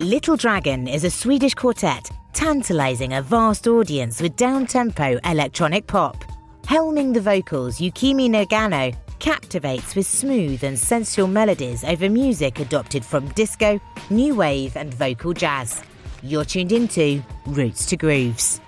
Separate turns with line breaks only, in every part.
Little Dragon is a Swedish quartet tantalizing a vast audience with down tempo electronic pop. Helming the vocals, Yukimi Nogano captivates with smooth and sensual melodies over music adopted from disco, new wave, and vocal jazz. You're tuned into Roots to Grooves.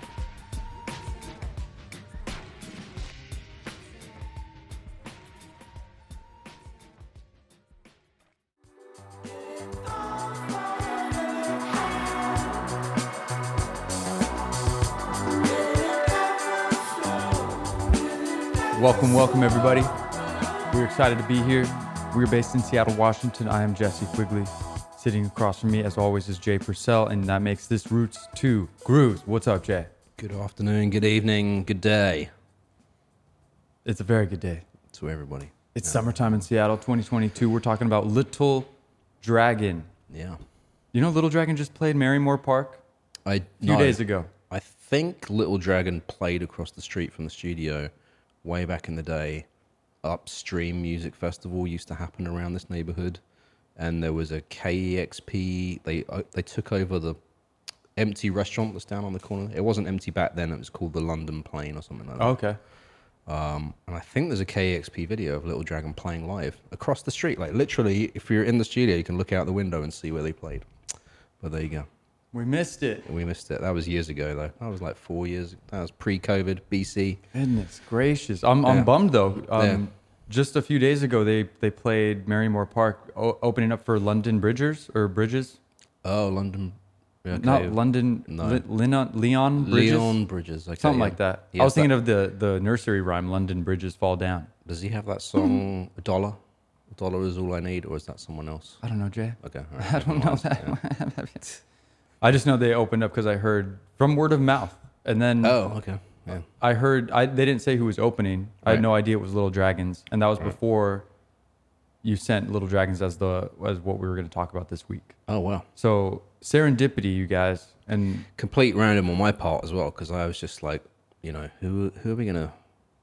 Welcome, welcome, everybody. We're excited to be here. We're based in Seattle, Washington. I am Jesse Quigley. Sitting across from me, as always, is Jay Purcell, and that makes this Roots 2 Grooves. What's up, Jay?
Good afternoon, good evening, good day
It's a very good day.
to everybody.
It's summertime in Seattle 2022. We're talking about Little Dragon.
Yeah.
You know, Little Dragon just played Marymore Park
I
a few days ago.
I think Little Dragon played across the street from the studio way back in the day. Upstream Music Festival used to happen around this neighborhood, and there was a KEXP. They uh, they took over the empty restaurant that's down on the corner. It wasn't empty back then. It was called the London Plain or something like that.
Oh, Okay.
And I think there's a KEXP video of Little Dragon playing live across the street. Like literally, if you're in the studio, you can look out the window and see where they played. But there you go.
We missed it.
We missed it. That was years ago though. That was like four years. That was pre-COVID BC.
Goodness gracious. I'm, I'm bummed though. Um,
Yeah.
Just a few days ago, they, they played Marymore Park, o- opening up for London Bridgers or Bridges.
Oh, London. yeah, okay.
Not London,
No.
Li- Leon, Leon Bridges,
Leon Bridges. Okay,
something
yeah.
like that.
Yeah,
I was
that-
thinking of the the nursery rhyme, "London Bridges Fall Down."
Does he have that song? A dollar. A dollar is all I need, or is that someone else?
I don't know, Jay.
Okay. all right,
I don't
never
know
mind.
that. I just know they opened up because I heard from word of mouth, and then
Oh, okay. Yeah.
I heard I, they didn't say who was opening. I had
Right. Mm.
no idea it was Little Dragons, and that was before you sent Little Dragons as the as what we were going to talk about this week.
Oh wow.
So serendipity, you guys, and
complete random on my part as well because I was just like, you know, who who are we gonna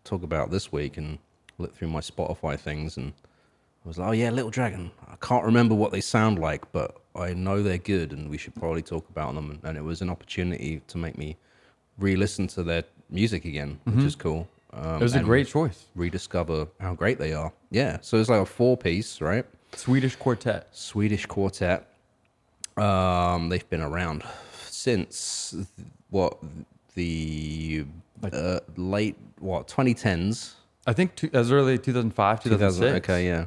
talk about this week? And look through my Spotify things, and I was like, oh yeah, Little Dragon. I can't remember what they sound like, but I know they're good, and we should probably talk about them. And, it was an opportunity to make me re-listen to their music again, which is cool. Um,
Mm-hmm. it was a
and
great choice.
rediscover how great they are. Yeah, so it's like a four-piece, right?
Swedish quartet.
Swedish quartet. Um, they've been around since th- what the uh, late what 2010s,
I think two, as early as 2005, 2006.
2000. Okay, yeah,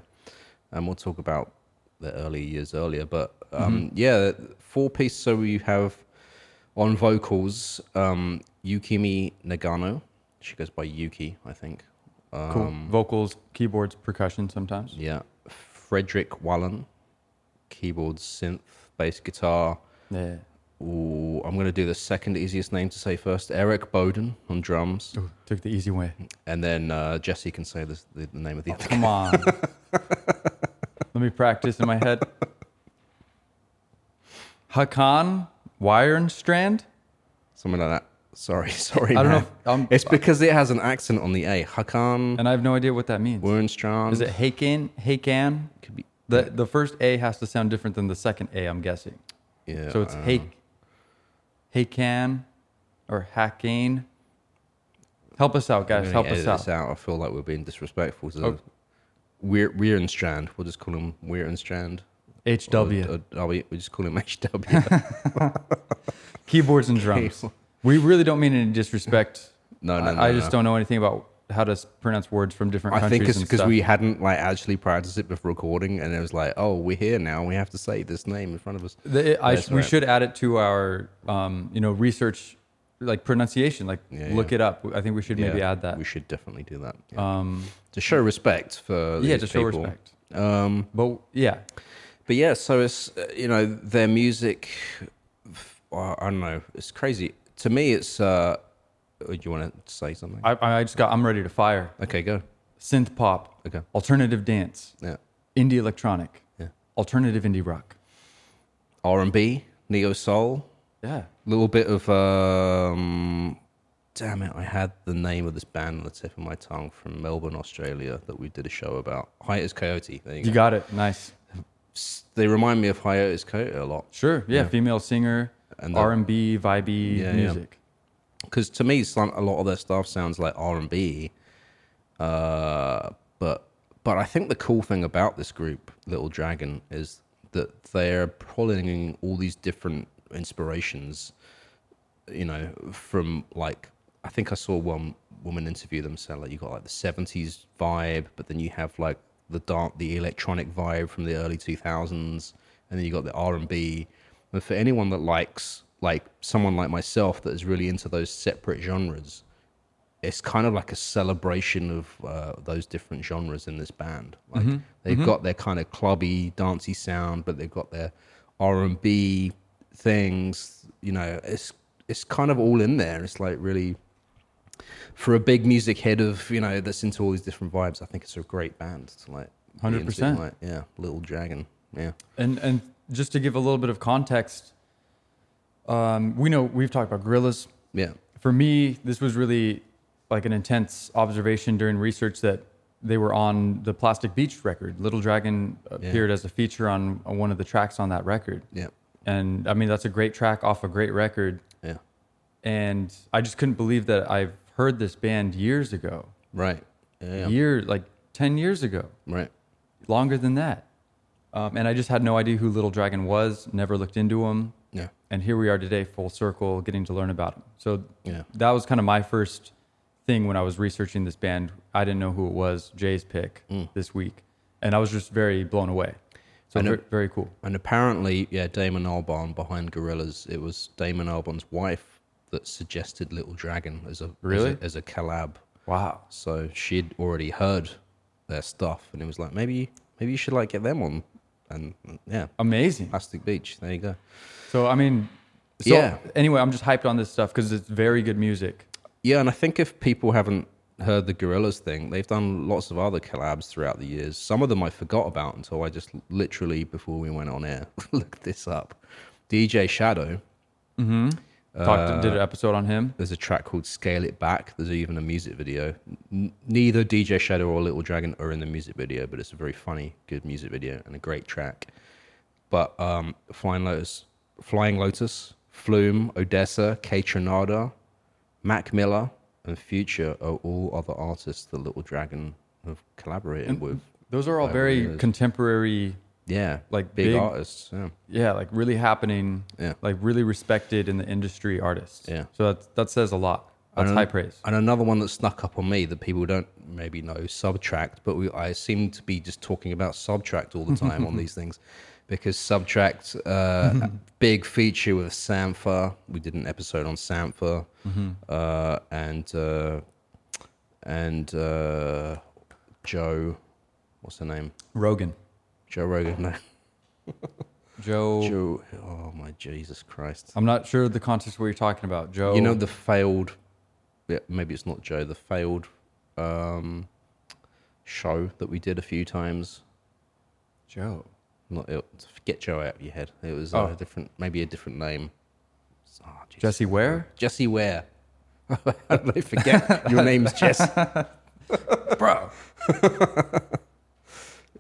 and we'll talk about the early years earlier, but um, yeah, four piece. So we have on vocals um, Yukimi Nagano. She goes by Yuki, I think.
Cool.
um,
Vocals, keyboards, percussion sometimes.
Yeah, Frederick Wallen, keyboards, synth, bass guitar.
Yeah.
Ooh, I'm going to do the second easiest name to say first. Eric Bowden on drums.
Took the easy way.
And then uh, Jesse can say this, the, the name of the other
Come on. Let me practice in my head. Hakan Wierenstrand.
Something like that. Sorry, sorry.
I don't know
man.
if- um,
it's because it has an accent on the A. Hakan
And I have no idea what that means.
Wernstrand.
Is it Hakan? Hakan? Could be. The, the first A has to sound different than the second A, I'm guessing.
Yeah.
So it's
uh,
Hake, Hakan or Hakan. Help us out,
I'm
guys.
gonna
Help
edit
us
this
out.
out. I feel like we're being disrespectful to
Oh.
Weir Wernstrand. We'll just call him Wernstrand.
HW.
Or, or, we we just call him HW.
keyboards and drums. We really don't mean any disrespect.
No, no,
I,
no,
I just
no.
don't know anything about how to s- pronounce words from different
I
countries.
think it's
and
because
stuff.
we hadn't like actually practiced it before recording, and it was like, oh, we're here now. We have to say this name in front of us.
The- I
That's
sh- we
right.
should add it to our um, you know research like pronunciation. Like
Yeah,
look
yeah.
it up. I think we should maybe
Yeah,
add that. Um,
We should definitely do that. yeah. to show respect for
yeah,
these
to show
people.
respect. Um, but yeah,
But yeah, so it's uh, you know their music. I I don't know. It's crazy to me. It's. uh Do you want to say something?
I, I just got. I'm ready to fire.
okay, go.
Synth pop.
Okay.
Alternative dance.
Yeah,
Indie electronic.
Yeah.
Alternative indie rock.
R and B, neo soul,
Yeah.
little bit of. um Damn it! I had the name of this band on the tip of my tongue from Melbourne, Australia, that we did a show about. Hiatus Coyote. There you go.
You got it. Nice.
s- they remind me of Hiatus Kota a lot.
Sure. Yeah. Female singer,
And the-
R and B, vibey
Yeah, yeah.
music.
because to me, some, a lot of their stuff sounds like R and B. Uh, but but I think the cool thing about this group, Little Dragon, is that they're pulling all these different inspirations. You know, from like I think I saw one woman interview them said like you got like the seventies vibe, but then you have like the dark, the electronic vibe from the early two thousands, and then you got the R and B. But for anyone that likes like someone like myself that is really into those separate genres, it's kind of like a celebration of uh, those different genres in this band. Like they've got their kind of clubby, dancey sound, but they've got their R and B things. You know, it's it's kind of all in there. It's like really for a big music head of you know that's into all these different vibes. I think it's a great band to like. be into,
100%.
like, Yeah, Little Dragon. Yeah.
And and just to give a little bit of context, um, we know we've talked about gorillas.
Yeah.
For me, this was really like an intense observation during research that they were on the Plastic Beach record. Little Dragon appeared as a feature on, on one of the tracks on that record.
Yeah.
And I mean, that's a great track off a great record.
Yeah.
And I just couldn't believe that I've heard this band years ago,
Right. Yeah. yeah.
year like ten years ago,
Right.
longer than that. Um, and I just had no idea who Little Dragon was. Never looked into him
Yeah.
and here we are today full circle getting to learn about him so
Yeah.
that was kind of my first thing when i was researching this band i didn't know who it was jay's pick this week and i was just very blown away so
Hmm. I know-
ver- very cool
And apparently, yeah, Damon Albarn behind Gorillas, it was Damon Albarn's wife that suggested Little Dragon as a as a-
Really?
as a, collab.
wow
So she'd already heard their stuff, and it was like maybe maybe you should like get them on, and yeah,
amazing
Plastic Beach. There you go.
so i mean so
Yeah.
anyway i'm just hyped on this stuff because it's very good music
Yeah, and I think if people haven't heard the Gorillas thing, they've done lots of other collabs throughout the years. Some of them I forgot about until I just literally before we went on air looked this up. DJ Shadow
Talked, did an
Uh,
episode on him
There's a track called Scale It Back. There's even a music video. N- neither DJ Shadow or Little Dragon are in the music video, but it's a very funny, good music video and a great track. But um, Flying Lotus, Flying Lotus, Flume, Odessa, K Tronada, Mac Miller, and Future are all other artists that Little Dragon have collaborated with.
those are all
Over the
very
years.
contemporary
Yeah,
like
big,
big-
artists. Yeah.
yeah like really happening
Yeah.
like really respected in the industry artists
Yeah.
so that, that says a lot
And
that's
an-
high praise
And another one that snuck up on me that people don't maybe know, Subtract, but we, I seem to be just talking about Subtract all the time on these things because Subtract, uh, big feature with Sampha. We did an episode on Sampha uh, and uh, and uh, Joe, what's her name?
rogan
Joe Rogan. No,
Joe.
Joe. Oh my Jesus Christ!
I'm not sure of the context what you're talking about, Joe.
You know the failed. Yeah, maybe it's not Joe. The failed um, show that we did a few times.
Joe.
Not it, get Joe out of your head. It was uh,
Oh.
a different, maybe a different name. Oh, Jesus.
Jesse Ware?
Jesse Ware. How did I forget? Your name's Jesse.
Bro.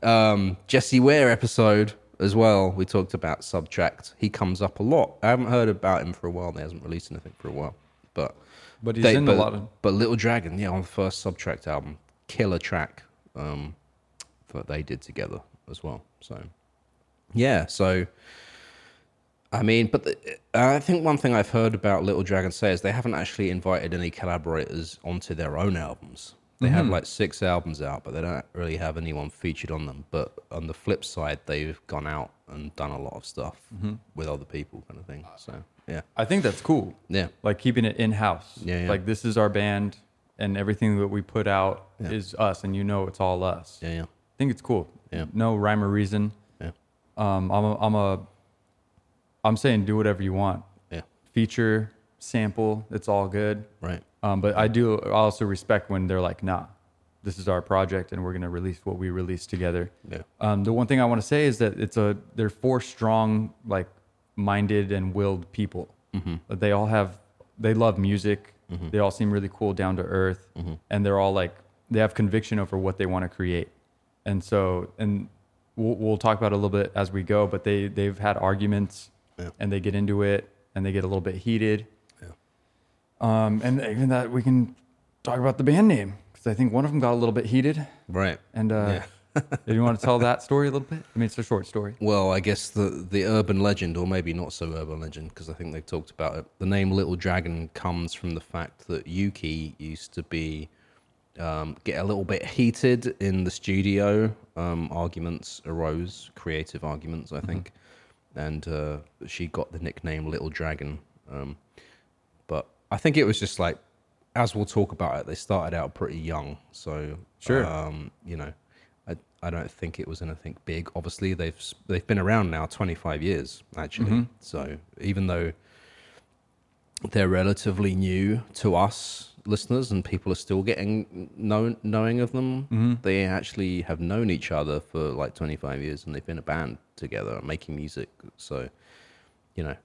um, Jesse Ware episode as well. We talked about Subtract. He comes up a lot. I haven't heard about him for a while. and He hasn't released anything for a while, but
But he's in a
but,
lot of-
But Little Dragon, yeah, on the first Subtract album, killer track um, that they did together as well. So yeah, so I mean, but the, I think one thing I've heard about Little Dragon say is they haven't actually invited any collaborators onto their own albums. They have
Mm-hmm.
like six albums out, but they don't really have anyone featured on them. But on the flip side, they've gone out and done a lot of stuff
Mm-hmm.
with other people, kind of thing. So yeah,
I think that's cool.
yeah,
Like keeping it in house.
Yeah, yeah.
Like this is our band and everything that we put out is us and you know it's all us.
yeah, yeah,
I think it's cool.
Yeah.
No rhyme or reason.
yeah,
Um, I'm a, I'm a I'm saying do whatever you want.
yeah.
Feature, sample, it's all good.
Right.
Um, but I do also respect when they're like, nah, this is our project and we're going to release what we release together.
Yeah.
Um, the one thing I want to say is that it's a, they're four strong, like minded and willed people.
Mm-hmm.
But They all have, they love music. They all seem really cool down to earth
Mm-hmm.
and they're all like, they have conviction over what they want to create. And so, and we'll, we'll talk about it a little bit as we go, but they they've had arguments
Yeah.
and they get into it and they get a little bit heated.
Yeah.
Um, and even that we can talk about the band name because I think one of them got a little bit heated.
Right.
And uh, do you want to tell that story a little bit? I mean, it's a short story.
Well, I guess the the urban legend, or maybe not so urban legend, because I think they've talked about it. The name Little Dragon comes from the fact that Yuki used to be um, get a little bit heated in the studio. Um, arguments arose, creative arguments, I think, and uh, she got the nickname Little Dragon. Um, but I think it was just like, as we'll talk about it, they started out pretty young, so
Sure.
um, you know, I I don't think it was anything big. Obviously, they've s- they've been around now twenty five years actually, so even though they're relatively new to us listeners and people are still getting known knowing of them
Mm-hmm.
they actually have known each other for like 25 years and they've been a band together and making music so you know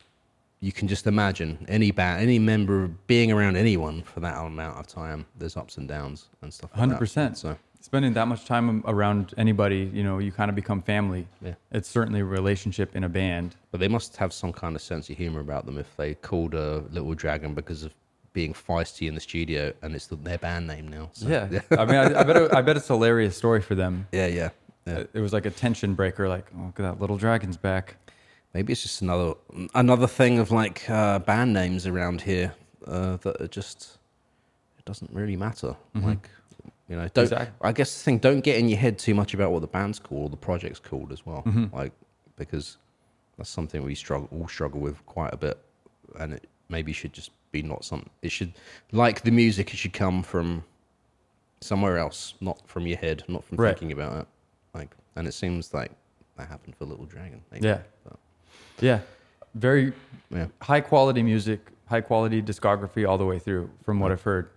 you can just imagine any band any member being around anyone for that amount of time there's ups and downs and stuff like that.
Hundred percent.
so
spending that much time around anybody, you know, you kind of become family.
Yeah.
It's certainly a relationship in a band.
but they must have some kind of sense of humor about them if they called a little dragon because of being feisty in the studio and it's their band name now so.
Yeah. I mean, I, I bet it, I bet it's a hilarious story for them.
yeah yeah yeah
It was like a tension breaker. Like, oh, look at that little dragon's back.
Maybe it's just another another thing of like uh, band names around here uh, that are just it doesn't really matter. Like you know, don't.
Mm-hmm. Exact-
I guess the thing don't get in your head too much about what the band's called or the project's called as well.
Mm-hmm.
Like because that's something we struggle all struggle with quite a bit, and it maybe should just be not something. It should like the music. It should come from somewhere else, not from your head, not from
Right.
thinking about it. Like, and it seems like that happened for Little Dragon. maybe,
Yeah.
but-
Yeah. Very
yeah.
high quality music, high quality discography all the way through, from what I've heard,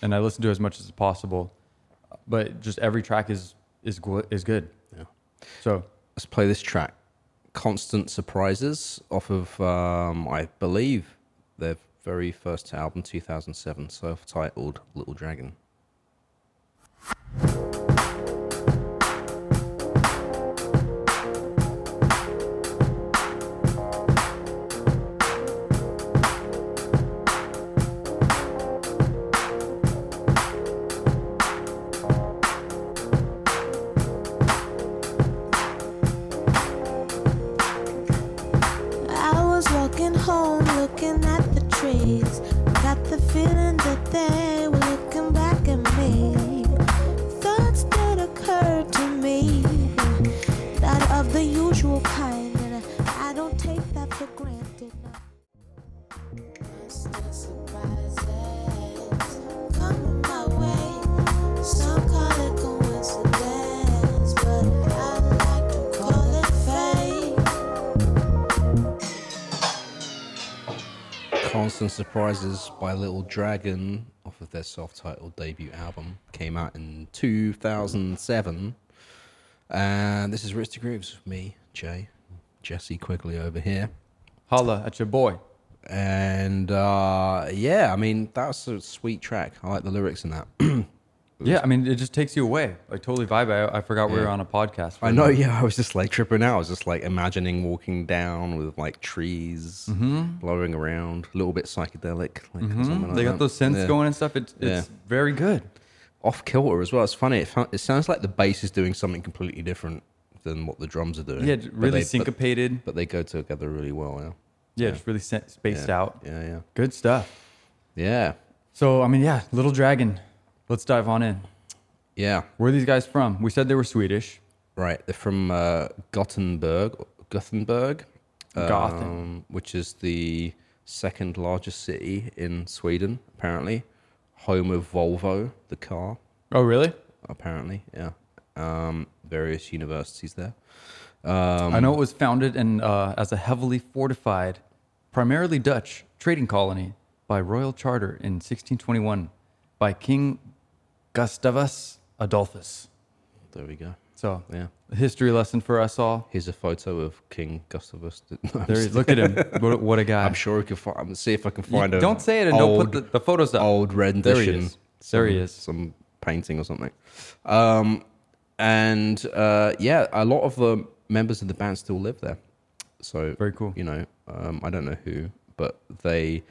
and I listen to as much as possible. But just every track is is gl- is good.
Yeah.
So
Let's play this track, "Constant Surprises," off of um, I believe their very first album, 2007, self-titled "Little Dragon."
I was walking home looking at the trees. Got the feeling that they were looking back at me. Thoughts that occurred to me. Not of the usual kind, and I don't take that for granted. no. Constant surprises coming my way. Some call it coincidence, but I like to call it fate.
"Constant Surprises" by Little Dragon, off of their self-titled debut album, came out in 2007. And this is Rich to Grooves with me, Jay, Jesse Quigley over here.
holla at your boy.
And uh, yeah, I mean that's a sweet track. I like the lyrics in that.
Yeah, I mean, it just takes you away. Like totally vibe. I, I forgot we were
Yeah.
on a podcast. for
I
a
know,
minute.
yeah. I was just like tripping out. I was just like imagining walking down with like trees blowing around, a little bit psychedelic. Like, or something like
Mm-hmm. They got
that.
those synths
Yeah.
going and stuff. It's it's
Yeah.
very good.
off kilter as well. It's funny. It, fun- it sounds like the bass is doing something completely different than what the drums are doing.
Yeah,
But
really
they- but-
syncopated.
But, they go together really well. Yeah.
yeah, just really sen- spaced
yeah.
out.
Yeah, yeah,
Good stuff.
yeah,
So I mean, yeah, Little Dragon. Let's dive on in.
yeah.
Where are these guys from? We said they were Swedish.
Right. They're from uh, Gothenburg, Gothenburg,
Gothen.
um, which is the second largest city in Sweden, apparently. Home of Volvo, the car,
Oh, really?
apparently. Yeah. Um, various universities there.
I know it was founded in, uh, as a heavily fortified, primarily Dutch trading colony by royal charter in 1621 by King Gustavus Adolphus.
There we go.
So,
Yeah.
a history lesson for us all.
Here's a photo of King Gustavus.
There he is. Look at him. What, what a guy.
I'm sure we can find. I'm gonna see if I can
You-
find a.
don't say it and don't
old,
put the, the photos up.
old rendition.
There he is. There he is.
Some painting or something. Um, and uh, yeah, a lot of the members of the band still live there. So
Very cool.
You know, um, I don't know who, but they,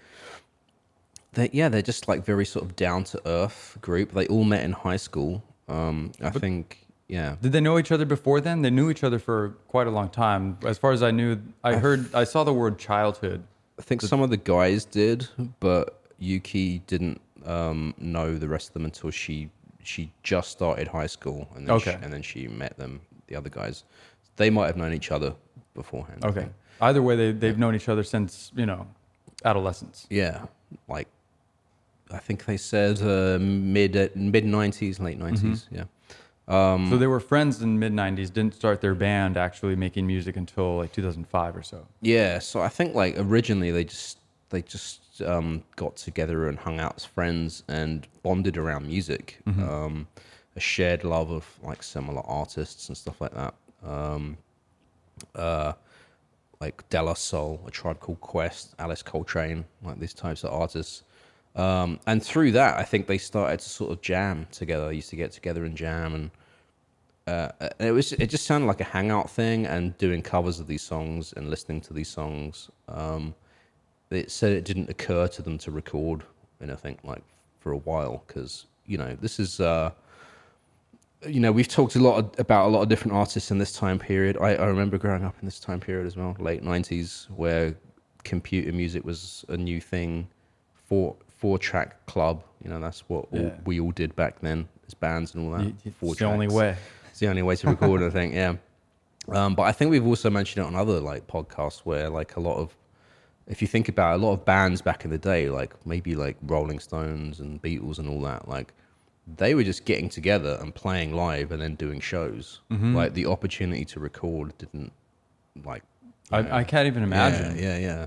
they yeah, they're just like very sort of down to earth group. They all met in high school. Um, I think yeah,
Did they know each other before then? They knew each other for quite a long time. As far as I knew, I heard, I saw the word childhood.
I think some of the guys did, but Yuki didn't um, know the rest of them until she she just started high school, and then
Okay.
she, and then she met them, the other guys. They might have known each other beforehand. I
Okay.
think.
Either way, they, they've known each other since, you know, adolescence.
Yeah, like I think they said uh, mid mid nineties, late 90s
Mm-hmm.
Yeah,
so they were friends in mid 90s, didn't start their band actually making music until like 2005 or so.
yeah. So I think like originally they just they just um, got together and hung out as friends and bonded around music, um, a shared love of like similar artists and stuff like that. Um, uh, like De La Soul, A Tribe Called Quest, Alice Coltrane, like these types of artists. Um, and through that, I think they started to sort of jam together. They used to get together and jam, and uh, and it was it just sounded like a hangout thing and doing covers of these songs and listening to these songs. Um, it said it didn't occur to them to record, and I think like for a while because you know this is. Uh, you know, we've talked a lot of- about a lot of different artists in this time period. I, I remember growing up in this time period as well, late '90s, where computer music was a new thing. Four four track club, you know, that's what all,
Yeah.
we all did back then as bands and all that.
Y- y- it's the only way.
It's the only way to record, I think. Yeah. Um, but I think we've also mentioned it on other like podcasts where like a lot of, if you think about it, a lot of bands back in the day, like maybe like Rolling Stones and Beatles and all that, like they were just getting together and playing live and then doing shows. Like the opportunity to record didn't like
I, I can't even imagine.
yeah, yeah, yeah.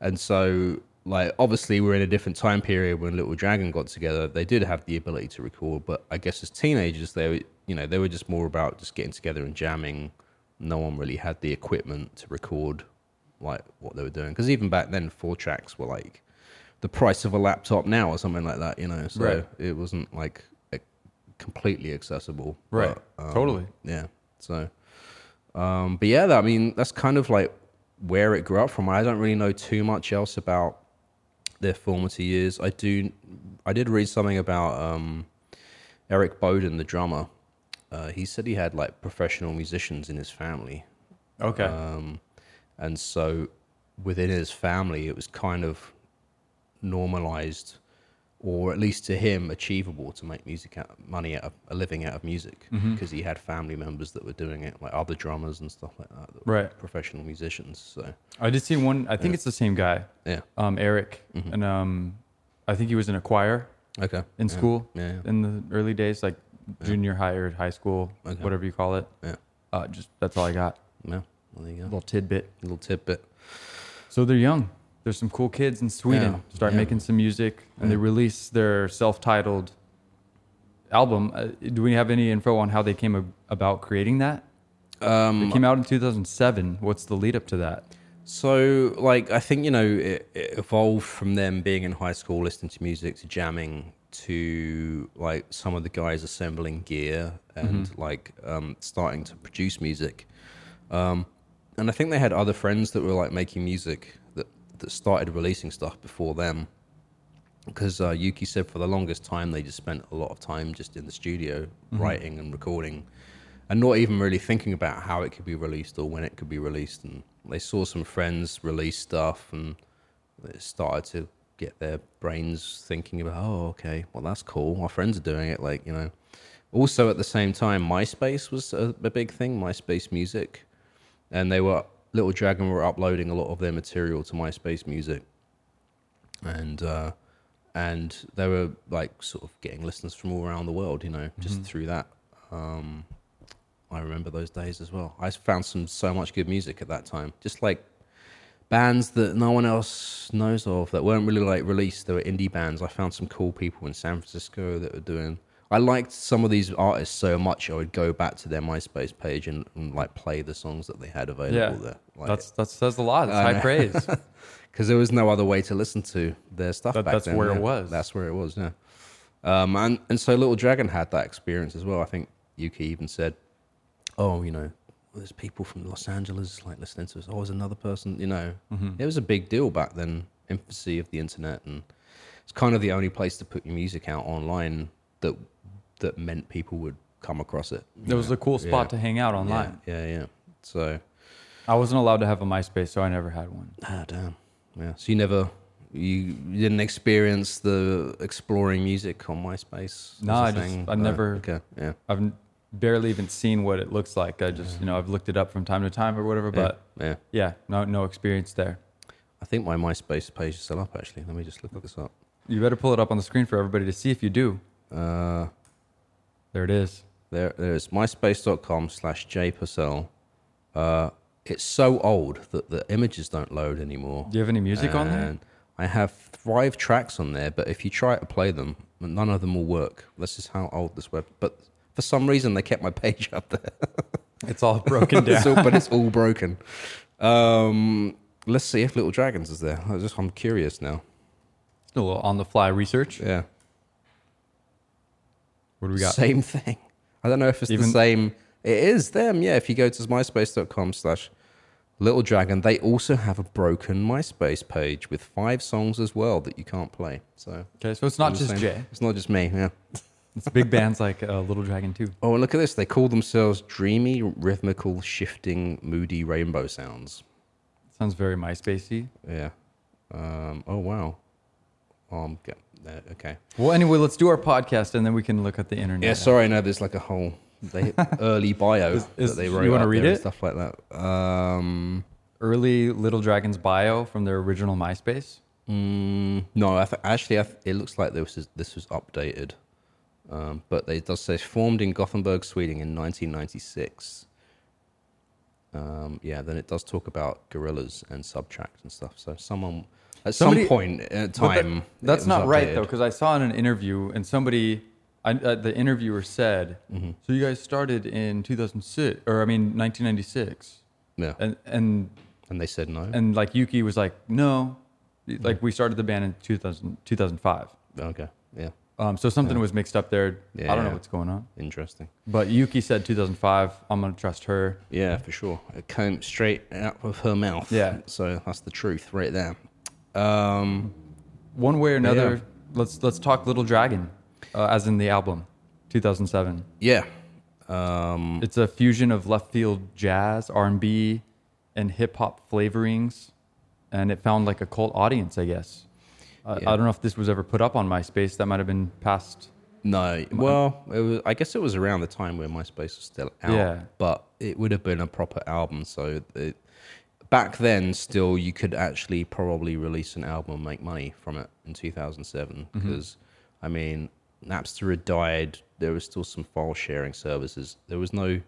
And so, like, obviously, we're in a different time period when Little Dragon got together. They did have the ability to record, but I guess as teenagers, they were, you know, they were just more about just getting together and jamming. No one really had the equipment to record like what they were doing because even back then, four tracks were like the price of a laptop now or something like that, you know. So
Right.
it wasn't like a- completely accessible,
Right.
but, um,
Totally.
yeah. So, um, but yeah, that, I mean, that's kind of like where it grew up from. I don't really know too much else about their formative years. I do, I did read something about um, Eric Bowden, the drummer. Uh, he said he had like professional musicians in his family,
Okay.
um, and so within his family, it was kind of normalized, or at least to him, achievable to make music out, money out of a living out of music because he had family members that were doing it, like other drummers and stuff like that, that were
Right.
Professional musicians. So
I did see one, I think it's the same guy,
yeah,
um, Eric.
Mm-hmm.
And um, I think he was in a choir
okay,
in school
Yeah, yeah.
in the early days, like junior high or high school,
Okay.
whatever you call it.
Yeah.
Uh, just that's all I got.
yeah. Well, there you go.
little tidbit.
little tidbit.
So they're young. There's some cool kids in Sweden
Yeah,
start
yeah.
making some music, and they release their self-titled album. Uh, do we have any info on how they came ab- about creating that? Um, it came out in 2007. What's the lead up to that?
So, like, I think you know, it, it evolved from them being in high school, listening to music, to jamming, to like some of the guys assembling gear and like um, starting to produce music. Um, and I think they had other friends that were like making music that that started releasing stuff before them. Because uh, Yuki said for the longest time they just spent a lot of time just in the studio writing and recording and not even really thinking about how it could be released or when it could be released. And they saw some friends release stuff, and it started to get their brains thinking about, oh, okay, well that's cool. My friends are doing it, like you know. Also, at the same time, MySpace was a, a big thing. MySpace Music, and they were Little Dragon were uploading a lot of their material to MySpace Music, and uh, and they were like sort of getting listeners from all around the world, you know, just
Mm-hmm.
through that. Um, I remember those days as well. I found some so much good music at that time, just like bands that no one else knows of that weren't really like released. They were indie bands. I found some cool people in San Francisco that were doing. I liked some of these artists so much. I would go back to their MySpace page and, and like play the songs that they had available
Yeah,
there. Like,
that's that says a lot. That's
I
high
know.
praise.
because there was no other way to listen to their stuff
That-
back
that's
then.
where it
yeah.
was.
That's where it was. Yeah. Um, and and so Little Dragon had that experience as well. I think Yuki even said, "Oh, you know, there's people from Los Angeles like listening to us. Oh, there's another person. You know,
Mm-hmm.
it was a big deal back then. Infancy of the internet, and it's kind of the only place to put your music out online that that meant people would come across it.
It was a cool spot
Yeah.
to hang out
Yeah,
online.
yeah, yeah. So,
I wasn't allowed to have a MySpace, so I never had one.
ah, damn. Yeah. So you never. You, you didn't experience the exploring music on MySpace.
No,
as a
I just-
thing?
I
Right,
never-
Okay, yeah.
I've n- barely even seen what it looks like. I just, you know, I've looked it up from time to time or whatever, but
yeah, yeah.
yeah, no, no experience there.
I think my MySpace page is still up. Actually, let me just look this up.
You better pull it up on the screen for everybody to see if you do.
Uh,
There it is.
There, there's myspace.com slash jpercell. Uh, it's so old that the images don't load anymore.
Do you have any music on there?
And I have five tracks on there, but if you try to play them, none of them will work. This is how old this web. But for some reason, they kept my page up there.
It's all broken
It's
down.
all- but it's all broken. Um, let's see if Little Dragons is there. I just, I'm curious now.
a little on the fly research.
Yeah.
What do we got?
Same thing. I don't know if it's the
Even-
same. It is them, yeah. If you go to myspace.com slash little dragon, they also have a broken MySpace page with five songs as well that you can't play. So
Okay, so it's not
the
just
same.
Jay.
It's not just me, yeah.
It's big bands like uh, Little Dragon too.
Oh, and look at this. They call themselves dreamy, rhythmical, shifting, moody rainbow sounds.
Sounds very MySpacey.
Yeah. Um, oh, wow. Oh, I'm get- uh, okay.
Well, anyway, let's do our podcast and then we can look at the internet.
Yeah, sorry, no, there's like a whole they, early bio
is-
that they
you
wrote.
wanna
up
read
there and
it?
Stuff like that. Um,
Early Little Dragon's bio from their original MySpace.
Mm, no, I th- actually, I th- it looks like this is this was updated, um, but they- it does say formed in Gothenburg, Sweden, in 1996. Um, yeah, then it does talk about gorillas and subtract and stuff. So someone at
Somebody-
some point at
But that-
time
that's
it was
not right though,
updated.
because I saw in an interview and somebody, I, uh, the interviewer said,
Mm-hmm.
"So you guys started in 2006, or I mean 1996,"
Yeah, and,
and and
they said no.
and like Yuki was like, "No,
Mm-hmm.
like we started the band in 2000, 2005."
okay, yeah,
Um, so something was mixed up there. I don't know
Yeah.
what's going on.
interesting.
But Yuki said 2005. I'm gonna trust her.
Yeah, for sure. It came straight out of her mouth.
Yeah.
so that's the truth right there. Um,
One way or another,
Yeah.
let's let's talk Little Dragon, uh, as in the album, 2007.
yeah. Um,
It's a fusion of left field jazz, R&B, and hip hop flavorings, and it found like a cult audience, I guess. I,
Yeah.
I don't know if this was ever put up on MySpace. That might have been past.
No, well, it was, I guess it was around the time where MySpace was still out,
Yeah.
but it would have been a proper album. So it, back then, still, you could actually probably release an album and make money from it in 2007.
Mm-hmm.
Because, I mean, Napster had died. There was still some file sharing services. There was no,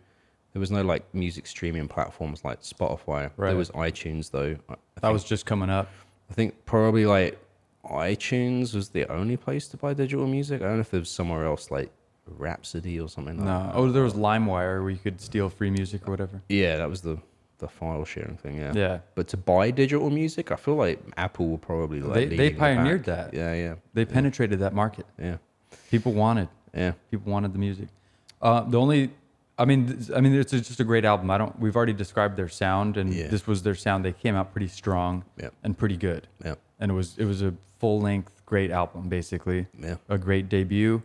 there was no like music streaming platforms like Spotify.
Right.
There was iTunes though. I- I
That was just coming up.
I think probably like iTunes was the only place to buy digital music. I don't know if there's somewhere else like Rhapsody or something. Like
No.
that.
Oh, there was LimeWire where you could steal free music or whatever.
Yeah, that was the the file sharing thing. Yeah.
Yeah.
But to buy digital music, I feel like Apple will probably like
They- they
leading the pack.
pioneered that.
Yeah, yeah,
They penetrated that market.
yeah,
People wanted.
yeah.
People wanted the music. Uh, the only, I mean, th- I mean, it's just a great album. I don't. We've already described their sound, and
Yeah.
this was their sound. They came out pretty strong
Yep.
and pretty good.
Yeah.
And it was it was a full length great album, basically.
Yeah.
A great debut.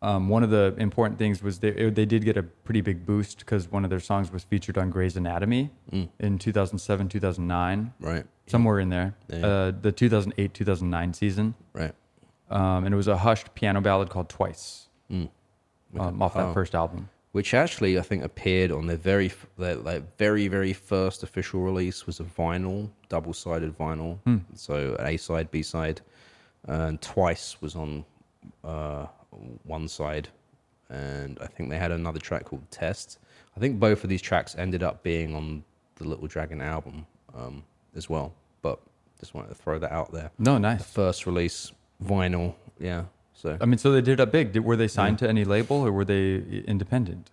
Um, one of the important things was they it- they did get a pretty big boost because one of their songs was featured on Grey's Anatomy
Mm.
in 2007 2009,
Right,
somewhere in there.
Yeah.
Uh, the 2008 2009 season
right.
um, and it was a hushed piano ballad called Twice
Mm.
um, off
Oh.
that first album.
Which actually, I think, appeared on their very f- their like very very first official release was a vinyl, double sided vinyl. So an A side, B side, and twice was on uh, one side, and I think they had another track called Test. I think both of these tracks ended up being on the Little Dragon album um, as well. But just wanted to throw that out there.
No, nice.
First release vinyl, yeah. So
I mean, so they did it big. Did, were they signed to any label or were they i- independent?